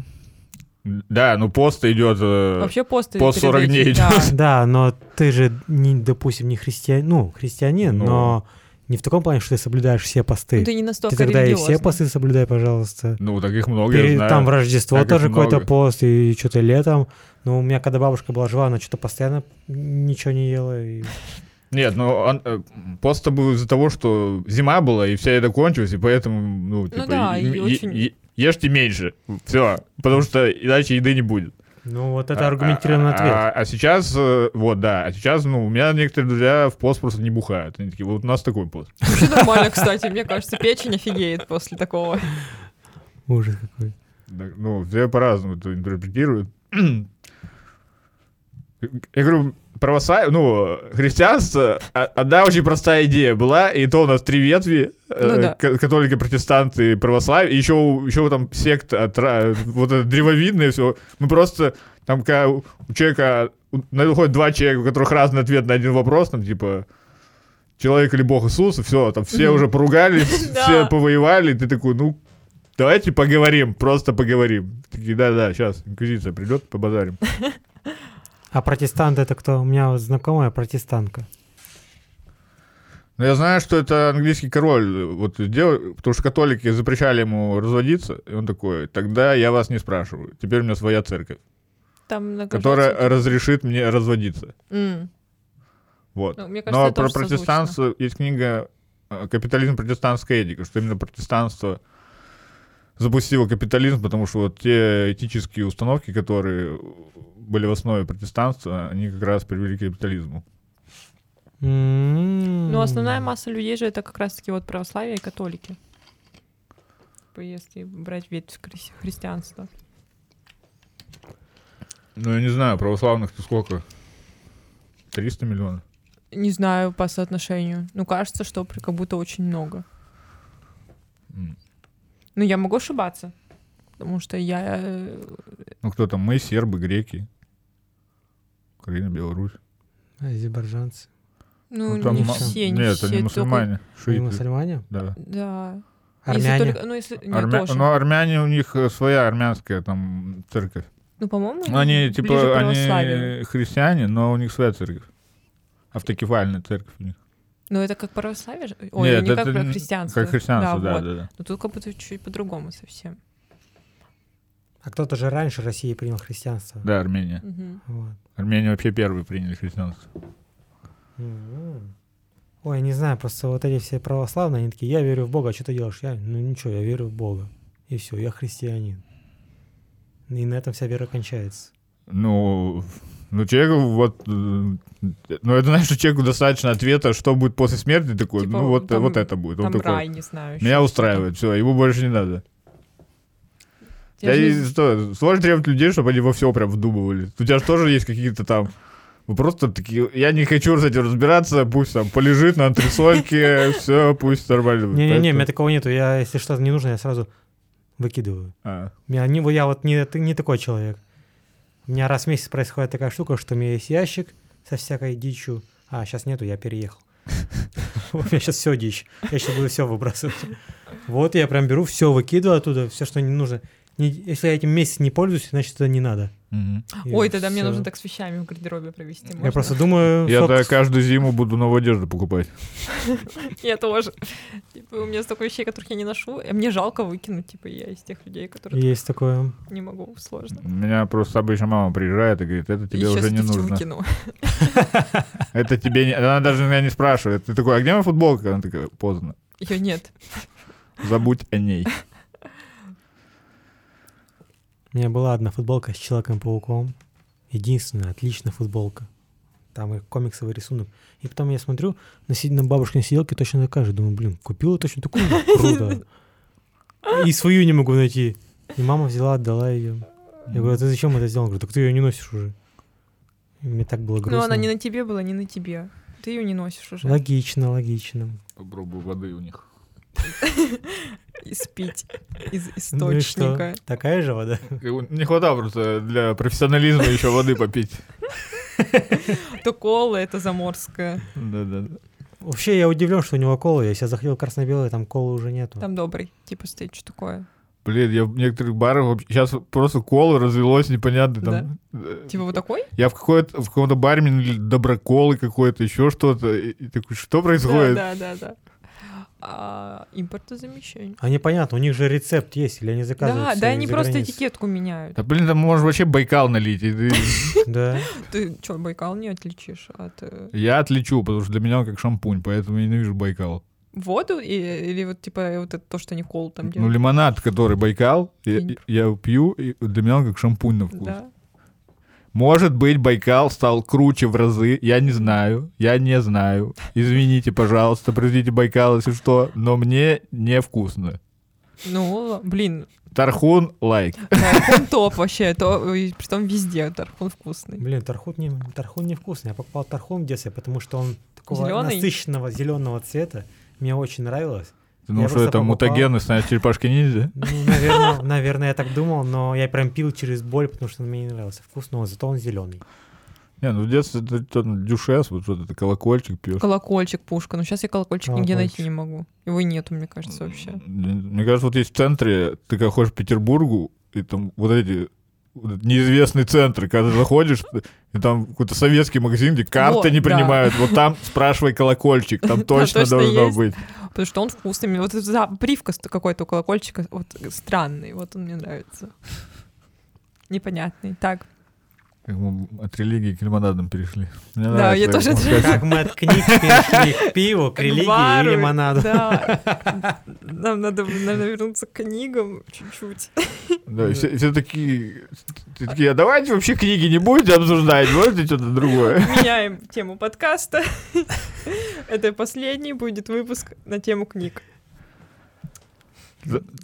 B: Да, ну пост идет. э,
A: Вообще пост
B: по 40
A: перед
B: дней
A: этим,
B: идёт.
A: да.
C: Да, но ты же, не, допустим, не христианин, ну, христианин,
B: Ну.
C: но не в таком плане, что ты соблюдаешь все посты.
A: Ну, Ты не настолько
C: Ты тогда и все
A: религиозный.
C: посты соблюдай, пожалуйста.
B: Ну, таких много, я
C: Пере-
B: знаю.
C: Там в Рождество
B: Так их
C: тоже какой-то
B: много.
C: пост, и что-то летом. Ну, у меня, когда бабушка была жива, она что-то постоянно ничего не ела. и-
B: Нет, ну он, э, пост-то был из-за того, что зима была, и вся еда кончилась, и поэтому, ну, типа,
A: да,
B: е-
A: и
B: е-
A: очень-
B: е- ешьте меньше. Все. Потому что иначе еды не будет.
C: Ну, вот
B: А-
C: это аргументированный
B: а-
C: ответ.
B: А, а сейчас, э, вот, да, а сейчас, ну, у меня некоторые друзья в пост просто не бухают. Они такие, вот у нас такой пост.
A: Вообще нормально, кстати. Мне кажется, печень офигеет после такого.
C: Ужас какой.
B: Так, Ну, все по-разному это интерпретируют. Я говорю, православие, ну, христианство, а- одна очень простая идея была, и то у нас три ветви, э,
A: Ну да.
B: ка- католики, протестанты, православие, и еще, еще там секта, от ра- вот это древовидное все. Мы просто, там, когда у у человека, у- на выходит два человека, у которых разный ответ на один вопрос, там, типа, человек или бог Иисус, и все, там все
A: Мгм.
B: уже <laughs> поругались,
A: Да.
B: все повоевали, и ты такой, ну, Давайте поговорим, просто поговорим. Такие, да-да, сейчас инквизиция придет, побазарим.
C: А протестант это кто? У меня вот знакомая протестантка.
B: Но я знаю, что это английский король э, вот сделал, потому что католики запрещали ему разводиться, и он такой, тогда я вас не спрашиваю, теперь у меня своя церковь,
A: Там на
B: которая э, разрешит мне разводиться.
A: М.
B: Вот.
A: Ну, мне кажется,
B: Но
A: это
B: про
A: тоже созвучно.
B: протестанство есть книга э, «Капитализм. Протестантская этика», что именно протестанство запустило капитализм, потому что вот те этические установки, которые были в основе протестанства, они как раз привели к капитализму.
A: Ну,
C: Ну,
A: основная масса людей же это как раз-таки вот православие и католики. Типа, Если брать ветвь хри- христианства.
B: Ну, я не знаю, православных-то сколько? 300 миллионов.
A: Не знаю по соотношению. Ну, кажется, что при- как будто очень много.
B: М.
A: Ну, я могу ошибаться. Потому что я... э,
B: Ну, кто там? Мы, сербы, греки. Украина, Беларусь.
C: А, Азербайджанцы.
A: Ну,
B: Ну, там
A: не
B: ма-
A: все, не
B: Нет,
A: все.
B: они
A: только-
B: мусульмане.
C: Они
B: Шииты.
C: мусульмане?
B: Да.
A: Да. Если
C: Армяне?
A: только- ну, если... нет,
B: Армя-
A: тоже.
B: Но армяне, у них э, своя армянская там церковь.
A: Ну, по-моему,
B: Ну, Они,
A: ближе к
B: типа,
A: православию.
B: они христиане, но у них своя церковь. Автокефальная церковь у них.
A: Ну, это как православие? же? Ой,
B: Нет,
A: не как
B: это
A: про
B: не-
A: христианство.
B: Как христианство, да,
A: вот.
B: да, да.
A: Но Ну, тут как будто чуть по-другому совсем.
C: А кто-то же раньше России принял христианство.
B: Да, Армения.
A: Мгм.
C: Вот.
B: Армения вообще первые приняли христианство.
C: М. М-м-м. Ой, не знаю, просто вот эти все православные, они такие, я верю в Бога, а что ты делаешь? Я, ну ничего, я верю в Бога. И все, я христианин. И на этом вся вера кончается.
B: Ну, ну, человеку вот... э, Ну, это значит, что человеку достаточно ответа, что будет после смерти, такой,
A: Типа,
B: ну, вот,
A: там-
B: вот это будет. Он
A: Там
B: такой,
A: рай, не знаю. ещё
B: меня
A: что-то.
B: устраивает, все, ему больше не надо.
A: Я
B: Я
A: же не
B: и
A: знаю.
B: что, сложно требовать людей, чтобы они во все прям вдумывали. У тебя же тоже есть какие-то там... Вы просто такие, я не хочу с этим разбираться, пусть там полежит на антресольке, все, пусть нормально будет.
C: Не-не-не, у меня
B: Поэтому-
C: такого нету. Я, если что-то не нужно, я сразу выкидываю.
B: А,
C: Я, не, я вот не, ты не такой человек. У меня раз в месяц происходит такая штука, что у меня есть ящик со всякой дичью. А, сейчас нету, я переехал. <laughs> У меня сейчас все дичь. Я сейчас буду все выбрасывать. Вот я прям беру, все выкидываю оттуда, все, что не нужно. не- если я этим месяц не пользуюсь, значит, это не надо.
B: Мгм.
C: И
A: Ой, тогда мне
C: всё.
A: нужно так с вещами в гардеробе провести.
C: Я
A: можно?
C: просто думаю...
B: Я
C: сколько-
B: тогда каждую зиму буду новую одежду покупать.
A: <laughs> Я тоже. Типа, у меня столько вещей, которых я не ношу. и Мне жалко выкинуть, типа, я из тех людей, которые
C: Есть такое.
A: так не могу, сложно.
B: У меня просто обычно мама приезжает и говорит, это тебе
A: И
B: уже
A: сейчас
B: не
A: тифтю
B: нужно.
A: выкину.
B: Это тебе не... Она даже меня не спрашивает. Ты такой, а где моя футболка? Она такая, поздно.
A: Ее нет.
B: Забудь о ней.
C: У меня была одна футболка с Человеком-пауком. Единственная, отличная футболка. Там и комиксовый рисунок. И потом я смотрю, на, си- на бабушкиной сиделке точно такая же. Думаю, блин, купила точно такую же. Круто. И свою не могу найти. И мама взяла, отдала ее. <laughs> Я говорю, а ты зачем это сделал? Говорю, так ты ее не носишь уже. И мне так было <laughs> грустно.
A: Но Ну, она не на тебе была, не на тебе. Ты ее не носишь уже.
C: Логично, логично.
B: Попробую воды у
C: <laughs>
B: них.
A: Испить из
C: Ну и что?
A: источника.
C: Такая же вода?
B: Не хватало просто для профессионализма еще воды попить.
A: То кола это заморская.
B: Да-да-да.
C: Вообще, я удивлен, что у него кола. Я сейчас заходил красно-белое, там колы уже нету.
A: Там добрый. Типа стоит, что такое.
B: Блин, я в некоторых барах вообще... Сейчас просто колы развелось непонятно там. Э,
A: Типа вот такой?
B: Я в, какой-то, в каком-то баре мне налили доброколы какой-то, еще что-то. И, и такой, что происходит?
A: Да, да, да. да. А, импортозамещение.
C: А непонятно, у них же рецепт есть, или они заказывают
A: Да,
C: всё
A: да, они
C: из-за
A: просто
C: границы? <laughs>
A: этикетку меняют.
B: Да блин, там можно вообще Байкал налить. и ты-
C: Да.
A: Ты что, Байкал не отличишь от э,
B: Я отлечу, потому что для меня он как шампунь, поэтому я ненавижу Байкал.
A: воду и- или вот типа вот это то, что они колу там
B: Ну,
A: делают?
B: лимонад, который Байкал, я,
A: Я не
B: я его пью, и для меня он как шампунь на вкус.
A: Да.
B: Может быть, Байкал стал круче в разы, я не знаю, я не знаю. Извините, пожалуйста, произведите Байкал, если что, но мне невкусно.
A: Ну, блин,
B: Тархун, лайк.
A: Тархун топ вообще, то и притом везде Тархун вкусный.
C: <laughs> Блин, тархун не, тархун невкусный. Я покупал тархун в детстве, потому что он такого
A: Зелёный?
C: насыщенного зеленого цвета. Мне очень нравилось.
B: Ты думал,
C: Я
B: что
C: просто
B: это
C: покупал.
B: мутагены, значит, черепашки ниндзя?
C: Ну, наверное, <laughs> наверное, я так думал, но я прям пил через боль, потому что он мне не нравился. Вкус, но зато он зеленый.
B: Не, ну в детстве ты что там, дюшес, вот что-то, ты колокольчик пьешь.
A: Колокольчик пушка. Ну сейчас я колокольчик нигде найти
C: Колокольчик.
A: не могу. Его и нету, мне кажется, вообще.
B: М, Мне кажется, вот есть в центре, ты как ходишь в Петербургу, и там вот эти вот этот неизвестный центр, когда ты заходишь, и там какой-то советский магазин, где карты
A: Вот,
B: не
A: да.
B: принимают, вот там спрашивай
A: <laughs>
B: колокольчик, там точно
A: точно
B: должно
A: есть.
B: быть.
A: Потому что он вкусный. Мне Вот этот за- привкус какой-то у колокольчика вот странный. Вот он мне нравится. Непонятный. Так,
B: Как мы от религии к лимонадам перешли. Мне
A: Да,
B: нравится,
A: я тоже
B: вот
A: от
B: как-
C: Как мы от книг перешли к пиву, к
A: К
C: религии
A: бару,
C: и лимонаду.
A: Да. Нам надо, наверное, вернуться к книгам чуть-чуть.
B: Да, и все, и все такие, ты такие, а давайте вообще книги не будете обсуждать, можете что-то другое.
A: Меняем тему подкаста. <laughs> Это последний будет выпуск на тему книг.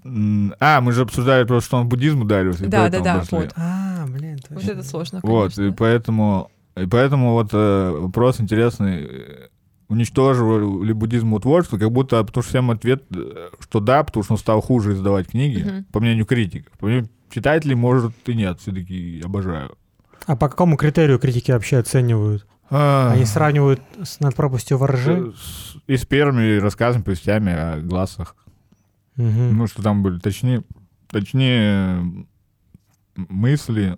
B: М, А, мы же обсуждали просто, что он буддизм ударился. и
A: Да, да,
B: поэтому
A: да,
B: пошли.
A: вот.
C: <laughs> А, блин,
A: Вот это сложно,
B: Вот, и
A: конечно.
B: поэтому, и поэтому вот э, вопрос интересный. э, Уничтожил ли буддизм у творчества? Как будто, а потому что всем ответ, э, что да, потому что он стал хуже издавать книги,
A: Мгм.
B: по мнению критиков. По мнению читателей, может, и нет, все-таки обожаю.
C: А по какому критерию критики вообще оценивают?
B: А,
C: Они сравнивают с над пропастью воржи?
B: э, с- И с первыми рассказами, повестями о глазах.
C: Мгм.
B: Ну, что там были, точнее, точнее м, мысли,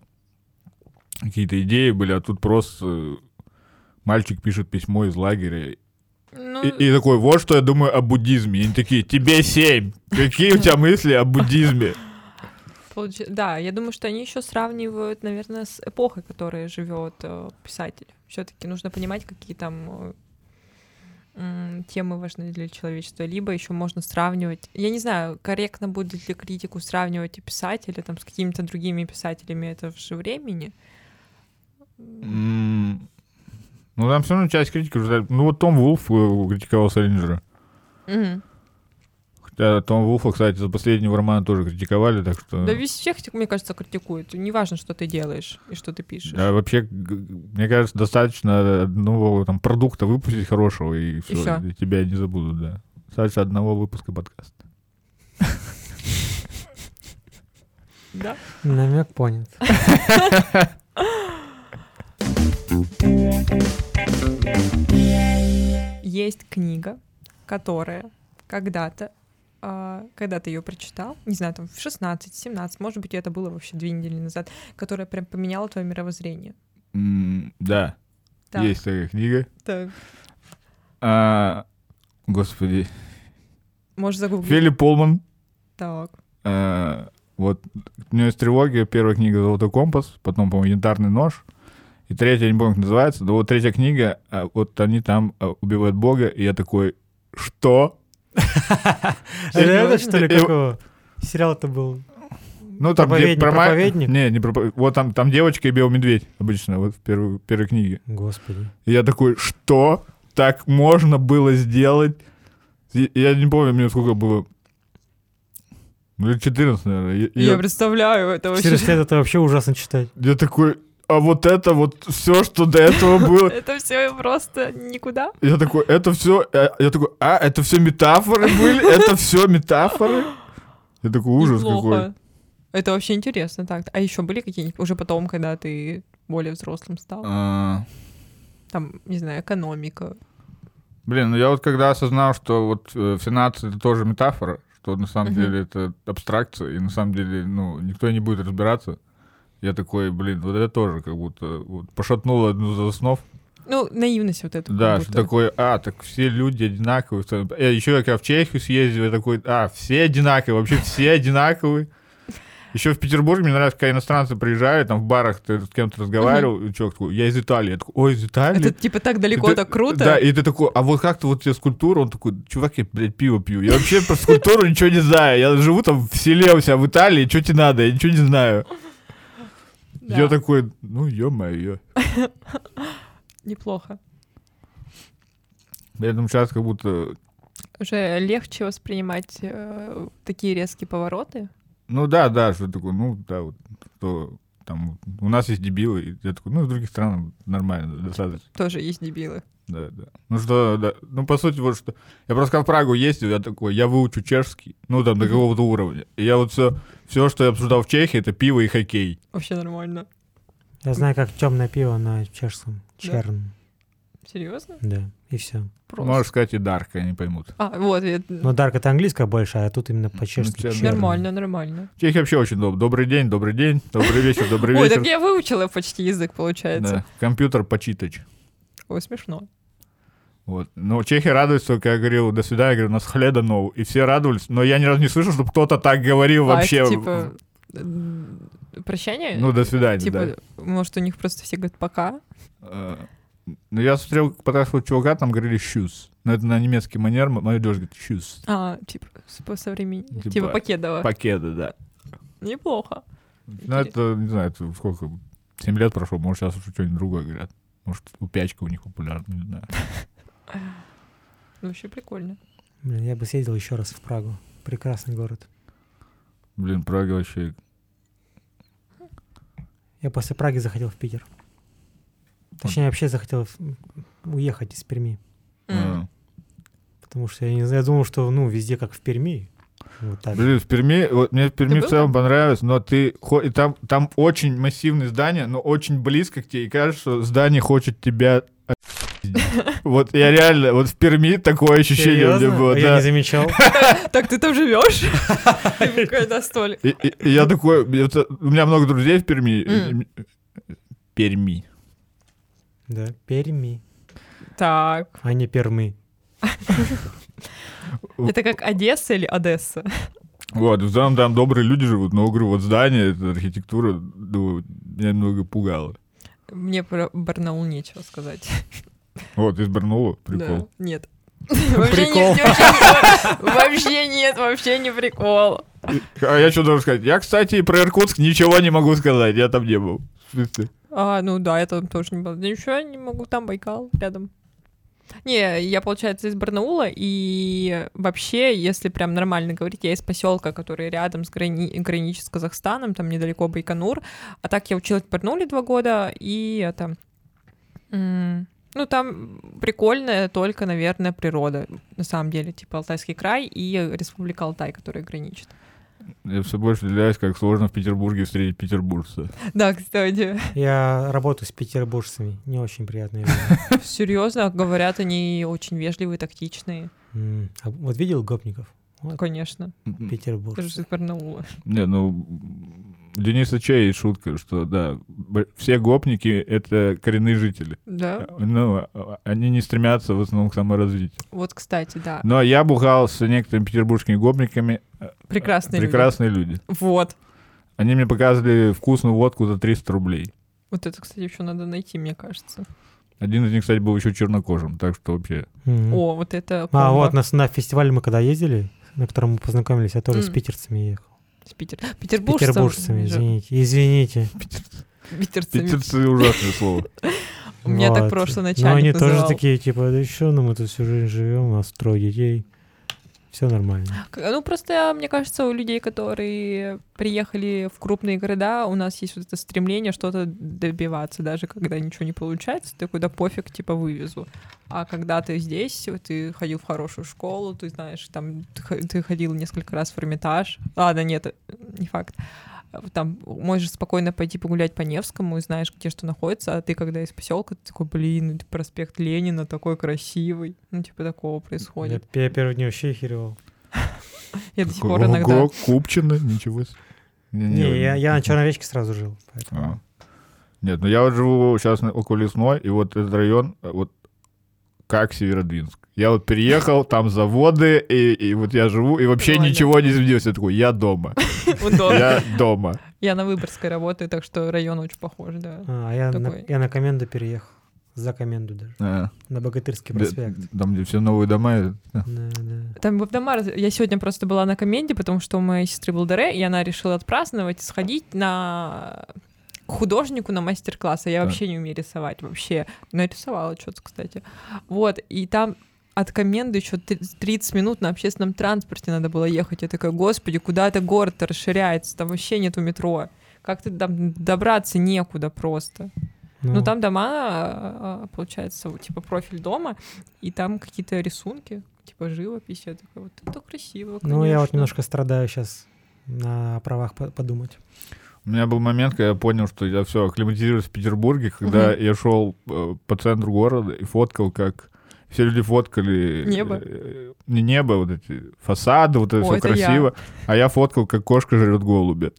B: какие-то идеи были, а тут просто э, мальчик пишет письмо из лагеря
A: Ну,
B: И, и такой, вот что я думаю о буддизме. И они такие, тебе семь. Какие у тебя мысли о буддизме?
A: получи- Да, я думаю, что они еще сравнивают, наверное, с эпохой, в которой живет э, писатель. Все-таки нужно понимать, какие там э, м, темы важны для человечества. Либо еще можно сравнивать. Я не знаю, корректно будет ли критику сравнивать и писателя там с какими-то другими писателями этого же времени.
B: М, Ну, там все равно часть критики уже... Ну, вот Том Вулф э, критиковал Селлинджера.
A: Мгм.
B: Хотя Том Вулфа, кстати, за последнего романа тоже критиковали, так что...
A: Да весь всех, мне кажется, критикуют. Неважно, что ты делаешь и что ты пишешь.
B: Да, Э, вообще, г- г- мне кажется, достаточно одного там продукта выпустить хорошего, и все,
A: всё.
B: тебя не забудут, да. Достаточно одного выпуска подкаста.
A: Да?
C: Намек понят.
A: Есть книга, которая когда-то э, когда ты ее прочитал, не знаю, там в 16-17, может быть, это было вообще две недели назад, которая прям поменяла твое мировоззрение.
B: М, Да,
A: Так,
B: есть такая книга.
A: так.
B: А, Господи.
A: Можешь загуглить.
B: Филипп Полман.
A: Так.
B: Э, вот у него есть трилогия, первая книга «Золотой компас», потом, по-моему, «Янтарный нож», и третья, я не помню, как называется, да вот третья книга, а, вот они там а, убивают бога, и я такой, что?
C: А Реально, что ли,
B: Серьёзно?
C: какого? Сериал-то был.
B: Ну, там
C: Проповедник,
B: про ма-
C: проповедник?
B: Не, не пропов- Вот там, там девочка и белый медведь обычно, вот в первой, первой книге.
C: Господи.
B: И я такой, что? Так можно было сделать? И- Я не помню, мне сколько было. Ну, лет 14, наверное. И- и
A: Я
B: я-
A: представляю это вообще.
C: Через лет это вообще ужасно читать.
B: я такой, а вот это вот все, что до этого было,
A: Это все просто никуда.
B: Я такой, это все, я такой, а, это все метафоры были, это все метафоры. Я такой, ужас
A: Неплохо.
B: какой.
A: Это вообще интересно так. А еще были какие-нибудь уже потом, когда ты более взрослым стал?
B: А,
A: Там, не знаю, экономика.
B: Блин, ну я вот когда осознал, что вот э, финансы это тоже метафора, что на самом
A: Мгм.
B: деле это абстракция, и на самом деле, ну, никто не будет разбираться. Я такой, блин, вот это тоже как будто вот, пошатнуло одну из основ.
A: Ну, наивность вот эту.
B: Да,
A: как
B: что
A: будто.
B: такое, а, так все люди одинаковые. еще я когда в Чехию съездил, я такой, а, все одинаковые, вообще все одинаковые. Еще в Петербурге мне нравится, когда иностранцы приезжали, там в барах ты с кем-то разговаривал, и чувак такой, я из Италии. Я такой, ой, из Италии?
A: Это типа так
B: И
A: далеко,
B: ты-
A: так круто.
B: Да, и ты такой, а вот как-то вот тебе скульптура, он такой, чувак, я, блядь, пиво пью. Я вообще про скульптуру ничего не знаю. Я живу там в селе у себя в Италии, что тебе надо, я ничего не знаю.
A: Да,
B: Я такой, ну, ё-моё.
A: Неплохо.
B: Я думаю, сейчас как будто
A: Уже легче воспринимать э, такие резкие повороты.
B: Ну да, да, что такое, ну да, вот, что там у нас есть дебилы, и я такой, ну в других странах нормально, достаточно,
A: Тоже есть дебилы.
B: да, да. Ну что, да, ну по сути вот что, я просто когда в Прагу ездил, я такой, я выучу чешский, ну там до
A: Мгм.
B: какого-то уровня, и я вот все, все, что я обсуждал в Чехии, это пиво и хоккей.
A: Вообще нормально.
C: Я знаю, как темное пиво на чешском. Черн.
A: Серьезно?
C: Да. И все.
A: Просто.
B: Можешь сказать и дарк, они поймут.
A: А, вот, я-
C: Но Дарк это английская больше, а тут именно по-чешски.
B: Ну,
C: черн.
A: нормально, нормально.
B: В Чехии вообще очень удобно. Добрый день, добрый день, добрый вечер, добрый
A: <laughs> Ой, так
B: вечер.
A: я выучила почти язык, получается.
B: Да, компьютер почитать.
A: Ой, смешно.
B: Вот. Но чехи радуются, только я говорил, до свидания, я говорю, нас хледа нов». И все радовались, но я ни разу не слышал, чтобы кто-то так говорил Ну, вообще.
A: А это, типа, м, прощание?
B: Ну, до свидания,
A: типа,
B: да.
A: может, у них просто все говорят «пока».
B: Э, Ну, я смотрел, подошел чувака, там говорили «щус». Но это на немецкий манер, м- молодежь говорит «щус».
A: А, типа, с- по современ-
B: Типа,
A: Типа, Покедова.
B: Пакеты, да.
A: Неплохо.
B: Ну, это, не знаю, это сколько, 7 лет прошло, может, сейчас уже что-нибудь другое говорят. Может, упячка у них популярна, не знаю.
A: Ну, вообще прикольно.
C: Блин, я бы съездил еще раз в Прагу. Прекрасный город.
B: Блин, Прага вообще...
C: Я после Праги захотел в Питер. Точнее, вообще захотел в- уехать из Перми.
A: М.
B: э,
C: Потому что я не знаю, я думал, что ну везде как в Перми. Вот так.
B: А. Блин, в Перми, вот мне в Перми в
A: был
B: целом понравилось, но ты хо- и там, там очень массивные здания, но очень близко к тебе, и кажется, что здание хочет тебя о***ить.
A: <laughs>
B: Вот я реально, вот в Перми такое ощущение у меня
C: Серьёзно?
B: было,
C: А я
B: да.
C: не замечал. <laughs>
A: Так ты там
B: <laughs>
A: живешь? Ты какой столик.
B: И, и- и я такой, это- у меня много друзей в Перми.
A: М.
B: э, Перми.
C: Да, Перми,
A: Так.
C: а не Пермы.
A: Это как Одесса или Одесса?
B: Вот, в целом там добрые люди живут, но, говорю, вот здание, это архитектура, думаю, меня немного пугало.
A: Мне про Барнаул нечего сказать.
B: Вот, из Барнаула,
A: Да.
B: прикол.
A: Нет. <laughs> Вообще
C: Прикол.
A: нет, вообще не- Вообще нет, вообще не прикол.
B: А я что должен сказать? Я, кстати, про Иркутск ничего не могу сказать, я там не был. В смысле?
A: А, ну да, я там тоже не была. Да ничего, я не могу, там Байкал рядом. Не, я, получается, из Барнаула, и вообще, если прям нормально говорить, я из поселка, который рядом с грани... граничит с Казахстаном, там недалеко Байконур, а так я училась в Барнауле два года, и это... м, Ну, там прикольная только, наверное, природа, на самом деле, типа Алтайский край и Республика Алтай, которая граничит.
B: Я все больше удивляюсь, как сложно в Петербурге встретить петербуржца.
A: Да, кстати, <laughs>
C: Я работаю с петербуржцами. Не очень приятные
A: <laughs>
C: люди.
A: серьезно, говорят, они очень вежливые, тактичные. Ну,
C: М, а Вот видел Гопников? Вот.
A: Конечно.
C: Петербург.
A: Ты же из Барнаула.
B: Не, ну, Дениса Чей шутка, что, да, б- все гопники — это коренные жители.
A: Да.
B: Ну, а- они не стремятся в основном к саморазвитию.
A: Вот, кстати, да.
C: Ну,
B: Но я бухал с некоторыми петербургскими гопниками.
A: Прекрасные люди.
B: Прекрасные люди.
A: Вот.
B: Они мне показывали вкусную водку за 300 рублей.
A: Вот это, кстати, еще надо найти, мне кажется.
B: Один из них, кстати, был еще чернокожим, так что вообще...
C: Мгм.
A: О, вот это
C: А
A: комбо.
C: вот на, на фестиваль мы когда ездили, на котором мы познакомились, я тоже с
A: М.
C: питерцами ехал.
A: С Питер...
C: С
A: петербуржцем.
C: петербуржцами,
A: же.
C: извините. Извините.
A: Питерцами.
B: Петерцы — ужасное слово.
A: У меня так
C: Вот.
A: прошлый
C: Но они
A: начальник
C: тоже
A: называл.
C: такие, типа, да еще, ну мы тут всю жизнь живем, у нас трое детей. Все нормально.
A: К- Ну, просто, мне кажется, у людей, которые приехали в крупные города, у нас есть вот это стремление что-то добиваться, даже когда ничего не получается, ты куда пофиг, типа, вывезу. А когда ты здесь, вот ты ходил в хорошую школу, ты знаешь, там, ты х- ты ходил несколько раз в Эрмитаж. Ладно, нет, э, не факт. Э, Там можешь спокойно пойти погулять по Невскому и знаешь, где что находится, а ты, когда из поселка, ты такой, блин, проспект Ленина такой красивый. Ну, типа, такого
C: Я,
A: происходит.
C: я первый день вообще херевал.
A: Я до сих пор иногда... <laughs>
B: Ого, Купчино, ничего себе.
C: Не, я, я на Черной речке сразу жил. поэтому.
B: А. Нет, ну я вот живу сейчас около Лесной, и вот этот район, э, вот как Северодвинск. Я вот переехал, там заводы, и, и вот я живу, и вообще
A: Нормально.
B: ничего не изменилось. Я такой, я дома,
A: Удобно.
B: я дома.
A: Я на Выборгской работаю, так что район очень похож, да.
C: А, я, на,
A: Такой.
C: я на Коменду переехал. За Коменду даже.
B: А,
C: На Богатырский
B: да,
C: проспект.
B: Э, Там, где все новые дома. э, и- да.
C: Да, да.
A: Там в дома, раз- я сегодня просто была на коменде, потому что у моей сестры был Дере, и она решила отпраздновать, сходить на к художнику на мастер-класс, а я
B: Так.
A: вообще не умею рисовать вообще. Но я рисовала что-то, кстати. Вот, и там от коменды еще 30 минут на общественном транспорте надо было ехать. Я такая, господи, куда это город-то расширяется? Там вообще нету метро. Как ты там добраться некуда просто. Ну, там дома, а, а, получается, вот, типа профиль дома, и там какие-то рисунки, типа живопись. Я такая, вот это красиво, конечно.
C: ну, я вот немножко страдаю сейчас на правах по- подумать.
B: У меня был момент, когда я понял, что я все акклиматизируюсь в Петербурге, когда
A: Мгм.
B: я шел э, по центру города и фоткал, как все люди фоткали э,
A: Небо.
B: э, не небо, вот эти фасады, вот это
A: О,
B: все
A: это я.
B: красиво. А я фоткал, как кошка жрет голубя.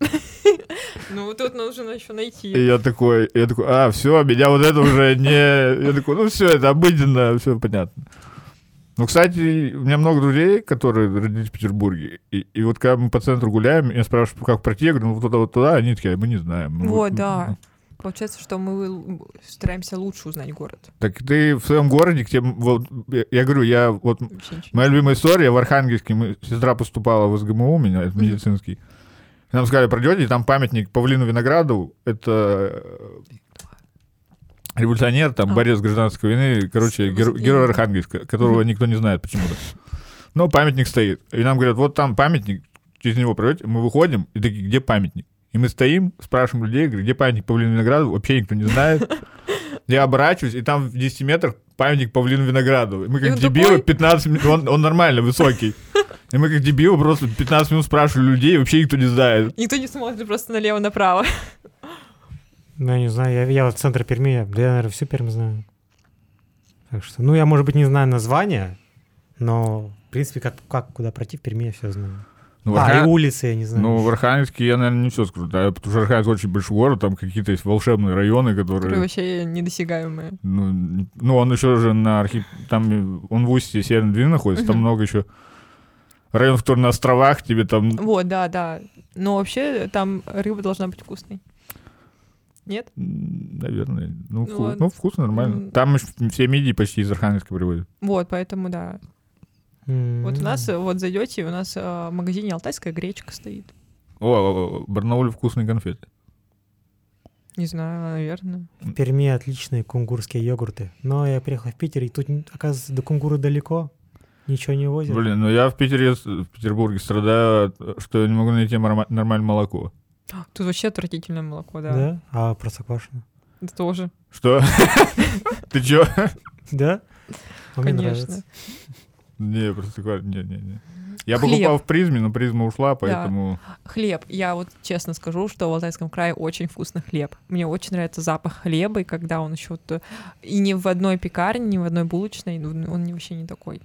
A: Ну, тут нужно еще
B: И
A: найти.
B: я такой, я такой, а, все, меня вот это уже не... <laughs> Я такой, ну все, это обыденно, все понятно. Ну, кстати, у меня много друзей, которые родились в Петербурге. И, и вот когда мы по центру гуляем, я спрашиваю, как пройти, я говорю, ну, вот туда, вот туда, они такие, «А мы не знаем. Ну,
A: Вот,
B: ну,
A: да.
B: ну».
A: Получается, что мы л- стараемся лучше узнать город.
B: Так ты в своем городе, где... м- Вот, я, я говорю, я вот...
A: Вообще ничего.
B: Моя любимая история, в Архангельске мы- сестра поступала в СГМУ у меня, это
A: Мгм.
B: медицинский. Нам сказали, пройдете, и там памятник Павлину Винограду, это э, революционер, там,
A: А.
B: борец гражданской войны, короче,
A: С-
B: геро-
A: с-
B: герой Архангельска, которого
A: Мгм.
B: никто не знает почему-то. Но памятник стоит. И нам говорят, вот там памятник, через него пройдете, мы выходим, и такие, где памятник? И мы стоим, спрашиваем людей, говорю, где памятник Павлину Винограду, вообще никто не
A: <laughs>
B: знает. Я оборачиваюсь, и там в 10 метрах памятник Павлину Винограду. И мы
A: И
B: как
A: он
B: дебилы
A: такой?
B: 15 минут, он, он нормально высокий. И мы как дебилы просто 15 минут спрашивали людей, и вообще никто не знает.
A: Никто не смотрит просто налево-направо.
C: Ну, я не знаю, я, я вот центр Перми, я, да я, наверное, всю Пермь знаю. Так что, ну, я, может быть, не знаю название, но, в принципе, как, как куда пройти в Перми, я все знаю.
B: Ну, в
C: а,
B: Арха-
C: и улицы я не знаю.
B: ну, в Архангельске я, наверное, не все скажу, да, потому что Архангельск очень большой город, там какие-то есть волшебные районы,
A: Которые
B: которые...
A: вообще недосягаемые.
B: Ну, н- ну, он еще же на архип... Там э, он в устье Северной Двины находится, там
A: Мгм.
B: много еще районов, которые на островах, тебе там...
A: Вот, да, да. Но вообще там рыба должна быть вкусной. Нет?
B: м, Наверное,
A: Ну,
B: ну, вку-
A: ладно.
B: ну, вкусно, нормально.
A: М.
B: Там ещё все мидии почти из Архангельска приводят.
A: Вот, поэтому да.
C: М,
A: Вот у нас, э, вот зайдете, у нас э, в магазине алтайская гречка стоит.
B: О, О, о, Барнауле вкусные конфеты.
A: Не знаю, наверное.
C: В Перми отличные кунгурские йогурты. Но я приехал в Питер, и тут, н- оказывается, до кунгуры далеко. Ничего не возят.
B: Блин, ну я в Питере, с- в Петербурге страдаю, от- что я не могу найти марма- нормальное молоко.
A: Тут вообще отвратительное молоко, да.
C: да. А простоквашино?
A: Это тоже.
B: Что? <laughs> Ты чё?
C: Да? А мне
A: Конечно.
C: нравится.
B: Не, просто говорю, не, не, не. Я
A: Хлеб.
B: покупал в призме, но призма ушла, поэтому...
A: Хлеб. Я вот честно скажу, что в Алтайском крае очень вкусный хлеб. Мне очень нравится запах хлеба, и когда он еще вот, э, и ни в одной пекарне, ни в одной булочной, ну, он не- вообще не такой.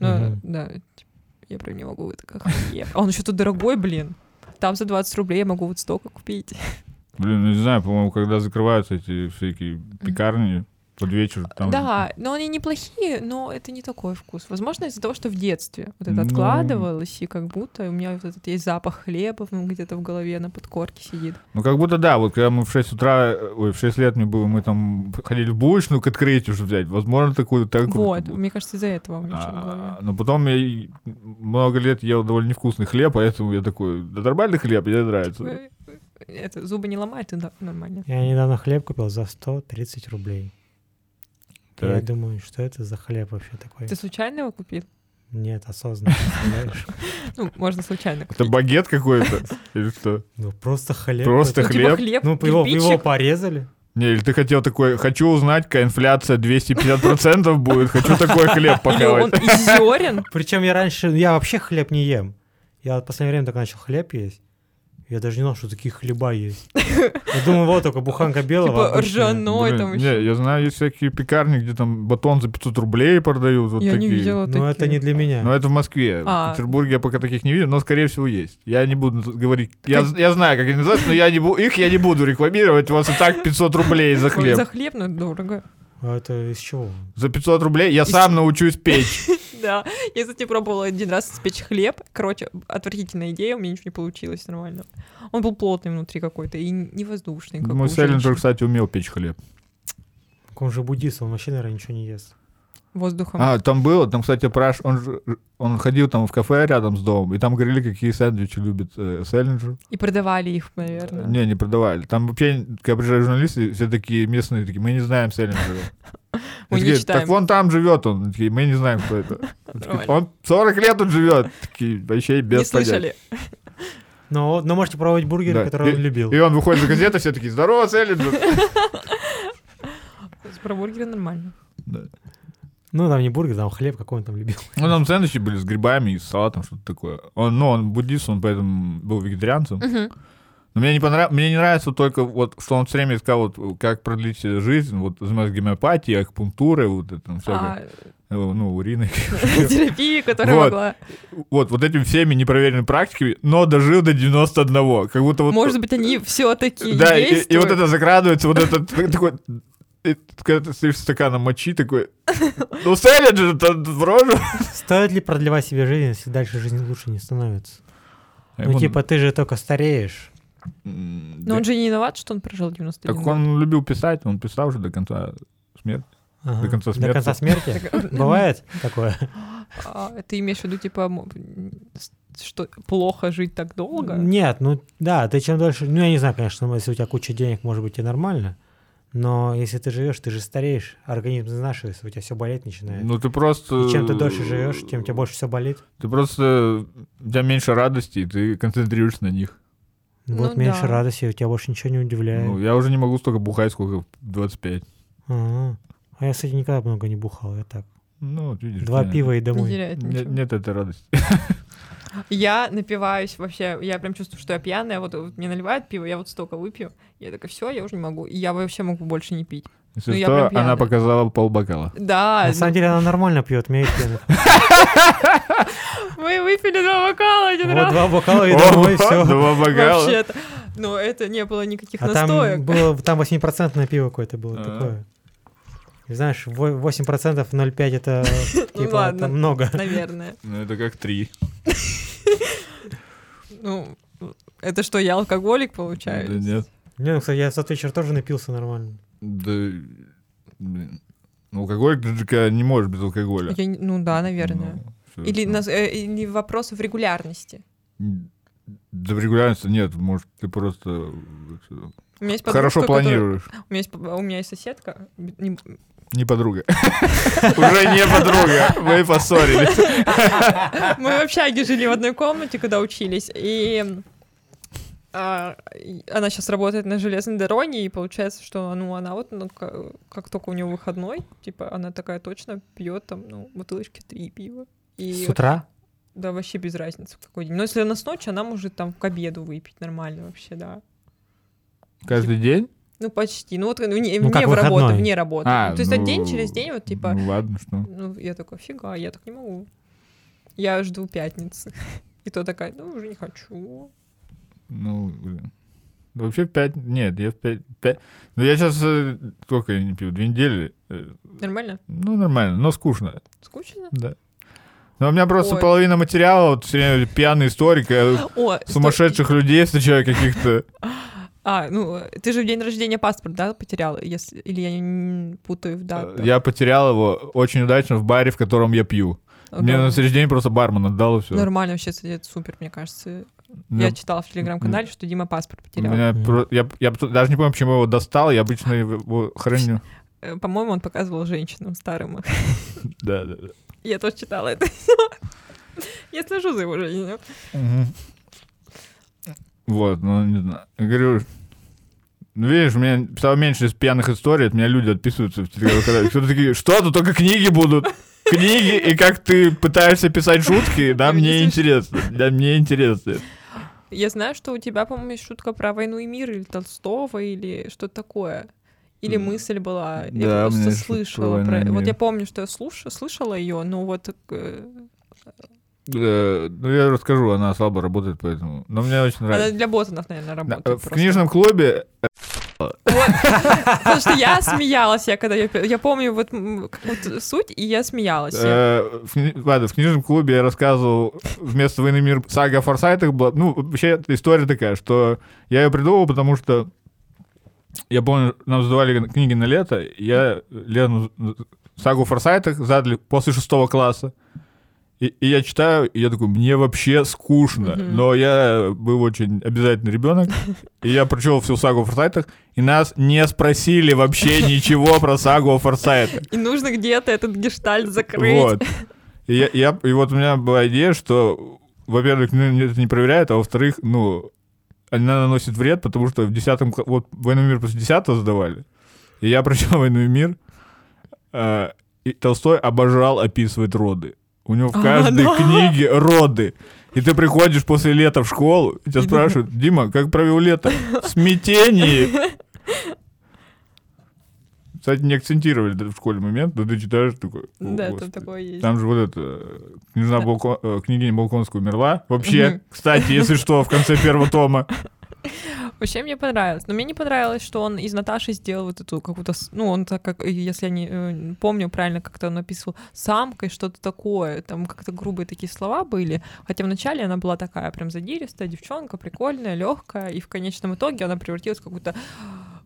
A: Ну,
C: Мгм.
A: да. типа, я прям не могу. Я такая, «Охуеть». А он еще тут дорогой, блин. Там за 20 рублей я могу вот столько купить.
B: Блин, ну не знаю, по-моему, когда закрываются эти всякие пекарни под вечер, там...
A: Да, но они неплохие, но это не такой вкус. Возможно, из-за того, что в детстве вот это
B: Ну.
A: откладывалось, и как будто у меня вот этот есть запах хлеба ну, где-то в голове на подкорке сидит.
B: Ну, как будто да, вот когда мы в 6 утра, э, ой, в 6 лет мне было, мы там ходили в булочную к открытию, чтобы взять, возможно, такую... Так
A: Вот, мне кажется, из-за этого у меня что-то в голове.
B: А, но потом я и много лет ел довольно невкусный хлеб, поэтому я такой, да нормальный хлеб, мне нравится.
A: Э, э, Это, зубы не ломает, да, нормально.
C: Я недавно хлеб купил за 130 рублей. И Я
B: Так.
C: думаю, что это за хлеб вообще такой?
A: Ты случайно его купил?
C: Нет, осознанно.
A: <laughs>
C: представляешь?
A: Ну, можно случайно
B: Это
A: купить.
B: багет какой-то? Или что?
C: Ну, просто хлеб.
B: Просто
C: какой-то.
A: Типа
B: хлеб?
A: хлеб,
C: Ну, его, его
A: кирпичик.
C: порезали.
B: Не, или ты хотел такой, хочу узнать, какая инфляция 250% будет, хочу такой хлеб
A: Или он
B: похавать.
A: из зерен.
C: Причем я раньше, я вообще хлеб не ем. Я вот в последнее время только начал хлеб есть. Я даже не знал, что такие хлеба есть. Я думаю, вот только буханка белого.
A: Типа
C: обычная.
A: ржаной
B: Блин,
A: там
B: не,
A: еще.
B: я знаю, есть всякие пекарни, где там батон за 500 рублей продают, <laughs> вот
A: Я не
B: такие.
A: видела
C: Но это не
A: такие.
C: для меня.
B: Но это в Москве.
A: А.
B: В Петербурге я пока таких не видел, но, скорее всего, есть. Я не буду тут говорить. Я, я знаю, как они называются, но я не бу- их я не буду рекламировать. У вас и так 500 рублей за
A: Ой, За
B: хлеб.
A: хлеб, ну, дорого.
C: А это из чего?
B: За 500 рублей я сам научусь печь.
A: Да, я, кстати, пробовала один раз испечь хлеб. Короче, отвратительная идея, у меня ничего не получилось нормально. Он был плотный внутри какой-то и невоздушный. Как
B: Мой
A: у
B: селлинджер,
A: женщин.
B: кстати, умел печь хлеб.
C: Он же буддист, он вообще, наверное, ничего не ест.
A: Воздухом.
B: А, там было, там, кстати, Праш, он, же- он ходил там в кафе рядом с домом, и там говорили, какие сэндвичи любит э, Селлинджер.
A: И продавали их, наверное.
B: Не, не продавали. Там вообще, когда приезжали журналисты, все такие местные, такие, мы не знаем Селлинджера.
A: <laughs> Мы не
B: Такие,
A: читаем.
B: Так вон там живет он. Они Такие, мы не знаем,
A: <laughs>
B: кто это. Он такой,
A: Нормально.
B: Он 40 лет он живет. Такие, вообще
A: Не
B: без понятия.
A: слышали.
C: Но, но можете пробовать бургеры,
B: Да.
C: которые он любил.
B: И он выходит за газету, все такие, здорово,
A: <laughs>
B: Селлинджер.
A: Про бургеры нормально.
C: Ну, там не бургер, там хлеб, какой он там любил.
B: Ну, там сэндвичи были с грибами и с салатом, что-то такое. Он, ну, он буддист, он поэтому был вегетарианцем. Но мне не, понрав... мне не нравится только, вот, что он все время искал, вот, как продлить э, жизнь, вот, занимается гомеопатией, акупунктурой, вот, это, всякое,
A: А,
B: э, ну,
A: <laughs>
B: уриной.
A: терапия, которая
B: Вот.
A: могла...
B: Вот, вот этими всеми непроверенными практиками, но дожил до 91. Как будто вот...
A: Может быть, они все такие типа,
B: Да, и- и,
A: действуют.
B: вот это закрадывается, вот это т- такой... и Когда ты стоишь стаканом мочи,
A: <laughs>
B: такой... Ну, Селлинджер же там в рожу.
C: Стоит ли продлевать себе жизнь, если дальше жизнь лучше не становится?
B: А
C: Ну,
B: ему-
C: типа, ну, ты же только стареешь.
B: М,
A: Но
B: да.
A: он же не виноват, что он прожил 91
B: Так
A: год.
B: он любил писать, он писал уже до конца смерти.
C: Ага.
B: До конца смерти.
C: До
B: <laughs>
C: конца смерти? Бывает такое?
A: <laughs> А, ты имеешь в виду, типа, м, с- что плохо жить так долго?
C: Нет, ну да, ты чем дольше... Ну, я не знаю, конечно, если у тебя куча денег, может быть, и нормально. Но если ты живешь, ты же стареешь, организм изнашивается, у тебя все болеть начинает.
B: Ну, ты просто...
C: и чем ты дольше живешь, тем у тебя больше все болит.
B: Ты просто... У тебя меньше радости, и ты концентрируешься на них.
C: Вот
A: Ну
C: меньше
A: да.
C: радости, у тебя больше ничего не удивляет.
B: Ну, я уже не могу столько бухать, сколько в 25.
C: Ага. А я, кстати, никогда много не бухал, я так.
B: Ну, вот видишь.
C: Два
B: не-
C: пива
A: Не
C: и домой.
A: теряет
B: не-
A: ничего.
B: Нет этой радости.
A: Я напиваюсь вообще, я прям чувствую, что я пьяная, вот, вот мне наливают пиво, я вот столько выпью, я такая, все, я уже не могу, и я вообще могу больше не пить.
B: Если
A: Ну, я
B: что,
A: прям пьяная.
B: она показала полбокала.
A: Да, ну,
C: На самом деле она нормально пьет, умеет пьяных.
A: <laughs> мы выпили два бокала один
C: Вот
A: раз.
C: два бокала и
B: О,
C: домой, все.
B: Два бокала.
A: Вообще-то. Но это не было никаких
C: А там
A: настоек.
C: было, там 8% пиво какое-то было
B: А.
C: такое. И знаешь, во- 8%
A: <laughs>
C: 0,5 это типа
A: Ну ладно.
C: там много.
A: Наверное.
B: Ну, это как три.
A: Ну, это что, я алкоголик
B: Да
A: получаю?
B: нет.
C: Не, ну, кстати, я в тот вечер тоже напился нормально.
B: Да, блин. Ну, алкоголик ты же когда не можешь без алкоголя.
A: Я не- ну да, наверное.
B: Ну, всё
A: Или,
B: это.
A: нас- э, или вопросов регулярности.
B: М, Да в регулярности нет, может, ты просто э, это,
A: У меня есть подружка,
B: хорошо
A: которая-
B: планируешь.
A: У меня есть, по- у меня есть соседка. не-
B: Не
A: <laughs>
B: подруга. Уже не подруга. Вы поссорились.
A: Мы в общаге жили в одной комнате, когда учились, и а, и она сейчас работает на железной дороге, и получается, что ну, она вот ну, ка- как только у нее выходной, типа она такая точно пьет там, ну, бутылочки три пива. И
C: С утра?
A: да, вообще без разницы в какой день. Но если она с ночи, она может там к обеду выпить нормально вообще, да. Типа,
B: Каждый день?
A: Ну, почти. Ну, вот ну, не-
C: Ну, как
A: вне в работы,
C: выходной.
A: вне работы.
B: А,
A: Ну, То есть это
B: ну,
A: день через день, вот типа,
B: Ну, ладно, что.
A: ну, я такой, фига, я так не могу. Я жду пятницы. <laughs> И то такая, ну, уже не хочу.
B: Ну, блин. Да Вообще в пять... Нет, я в пять... пять- Ну, я сейчас... Сколько я не пью? Две недели? Э,
A: Нормально?
B: Ну, нормально, но скучно,
A: Скучно?
B: да. Но у меня просто
A: Ой.
B: половина материала, вот все время пьяный историк, я
A: Ну, О, стой.
B: <laughs> сумасшедших людей
A: <laughs>
B: встречаю каких-то.
A: А, ну, э, ты же в день рождения паспорт, да, потерял? Если... Или я не путаю в дату?
B: Э, Я потерял его очень удачно в баре, в котором я пью.
A: Ну,
B: Мне
A: да.
B: на следующий день просто бармен отдал и все.
A: Нормально вообще, кстати, это супер, мне кажется. Я читала в телеграм-канале,
B: М-м.
A: что Дима паспорт потерял.
C: Мгм.
B: я, я п- даже не помню, почему я его достал, я обычно его храню.
A: Э, По-моему, он показывал женщинам старым.
B: <laughs> Да, да, да.
A: <laughs> Я тоже читала это <laughs> все. Я слежу за его жизнью.
B: Мгм. Вот, ну, не знаю. Я говорю, ну, видишь, у меня стало меньше из пьяных историй, от меня люди отписываются в телеграм-канале. Кто-то такие, что тут только книги будут. Книги, и как ты пытаешься писать шутки, да,
A: Ты мне
B: мне
A: не
B: интересно. Да, мне интересно.
A: Я знаю, что у тебя, по-моему, есть шутка про войну и мир, или Толстого, или что такое. Или
B: М,
A: мысль была,
B: да,
A: я
B: у меня
A: просто
B: есть шутка про
A: слышала.
B: «Войну
A: про-
B: и
A: Вот
B: мир».
A: я помню, что я слуш- слышала ее, но вот э,
B: Э, Ну, я расскажу, она слабо работает, поэтому... Но мне очень
A: она
B: нравится.
A: для ботанов, наверное,
B: Да,
A: работает.
B: э, В
A: просто.
B: книжном клубе
A: Потому что я смеялась, я когда я, пе- я помню вот м, какую-то суть, и я смеялась. Я-
B: Э, в кни- Ладно, в книжном клубе я рассказывал вместо «Войны и мир» сага о Форсайтах была. Ну, вообще, эта история такая, что я ее придумал, потому что я помню, нам задавали книги на лето, и я Лену сагу о Форсайтах задали после шестого класса. И, и я читаю, и я такой, мне вообще скучно.
A: Мгм.
B: Но я был очень обязательный ребенок, и я прочел всю сагу о Форсайтах, и нас не спросили вообще ничего про сагу о Форсайтах.
A: И нужно где-то этот гештальт закрыть.
B: Вот. И, я, я- и вот у меня была идея, что, во-первых, ну, это не проверяют, а во-вторых, ну, она наносит вред, потому что в 10 вот «Войну и мир» после 10 сдавали, и я прочел «Войну и мир», э, и Толстой обожал описывать роды. У него в
A: А,
B: каждой
A: да.
B: книге роды. И ты приходишь после лета в школу, и тебя
A: И
B: спрашивают, Дима, как провел лето? В смятении.
A: <laughs>
B: Кстати, не акцентировали этот в школе момент, но ты читаешь такой. «О,
A: Да, там
B: Господи».
A: такое есть.
B: Там же вот эта э, княжна
A: Да.
B: Балко- э, княгиня Балконская умерла. Вообще,
A: Мгм.
B: кстати, если что, в конце
A: <laughs>
B: первого тома.
A: Вообще мне понравилось. Но мне не понравилось, что он из Наташи сделал вот эту какую-то... с- Ну, он так как, если я не э, помню правильно, как-то он написал самкой, что-то такое. Там как-то грубые такие слова были. Хотя вначале она была такая прям задиристая девчонка, прикольная, легкая. И в конечном итоге она превратилась в какую-то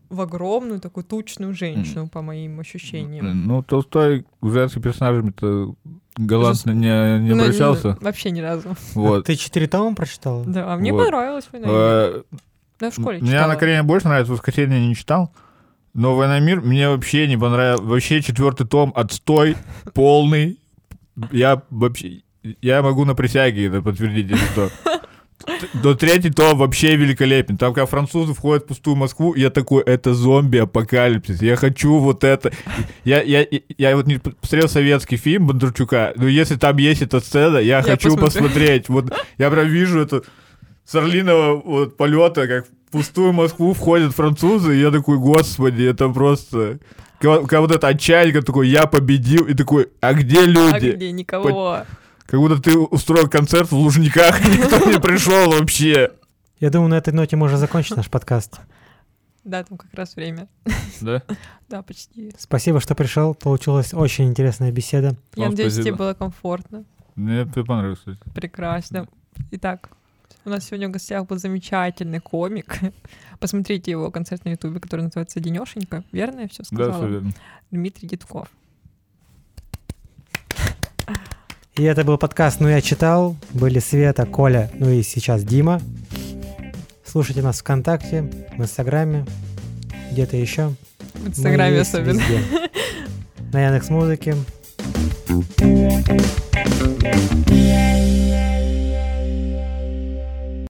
A: в огромную такую тучную женщину, по моим ощущениям.
B: Ну, Толстой к женским персонажам-то галантно не, не
A: Ну,
B: обращался.
A: Вообще ни разу. <laughs>
B: Вот.
C: Ты четыре тома прочитал?
A: Да, а мне
B: Вот.
A: понравилось. «Война и мир».
B: Э,
A: Я Ну, в школе
B: Мне
A: читала.
B: «Анна Каренина» больше нравится, «Воскресенье» я не читал. Но «Война и мир» мне вообще не понравилось. Вообще четвертый том отстой, полный. Я вообще... Я могу на присяге это подтвердить, если что. Т- Но третий том вообще великолепен. Там, как французы входят в пустую Москву, я такой, это зомби-апокалипсис. Я хочу вот это. Я, я, я вот не посмотрел советский фильм Бондарчука, но если там есть эта сцена, я,
A: Я
B: хочу
A: посмотрю.
B: посмотреть. Вот я прям вижу это с орлиного вот, полета, как в пустую Москву входят французы, и я такой, господи, это просто... Как как вот это отчаяние, как такой, я победил, и такой, а где
A: А
B: люди?
A: где никого?
B: Как будто ты устроил концерт в Лужниках, <laughs> и никто не пришел вообще.
C: Я думаю, на этой ноте можно закончить наш подкаст.
A: Да, там как раз время.
B: Да?
A: Да, почти.
C: Спасибо, что пришел. Получилась очень интересная беседа.
A: Я
B: Вам
A: надеюсь, тебе
B: спасибо.
A: было комфортно.
B: Мне понравилось, кстати.
A: Прекрасно. Итак, у нас сегодня в гостях был замечательный комик. <laughs> Посмотрите его концерт на Ютубе, который называется Денешенька. Верно я все
B: Да,
A: сказала?
B: все верно.
A: Дмитрий Дедков.
C: И это был подкаст «Ну я читал». Были Света, Коля, ну и сейчас Дима. Слушайте нас ВКонтакте, в Инстаграме, где-то еще.
A: В Инстаграме
B: Ну,
C: Мы Ну,
A: особенно. <laughs>
C: есть везде. На Яндекс.Музыке.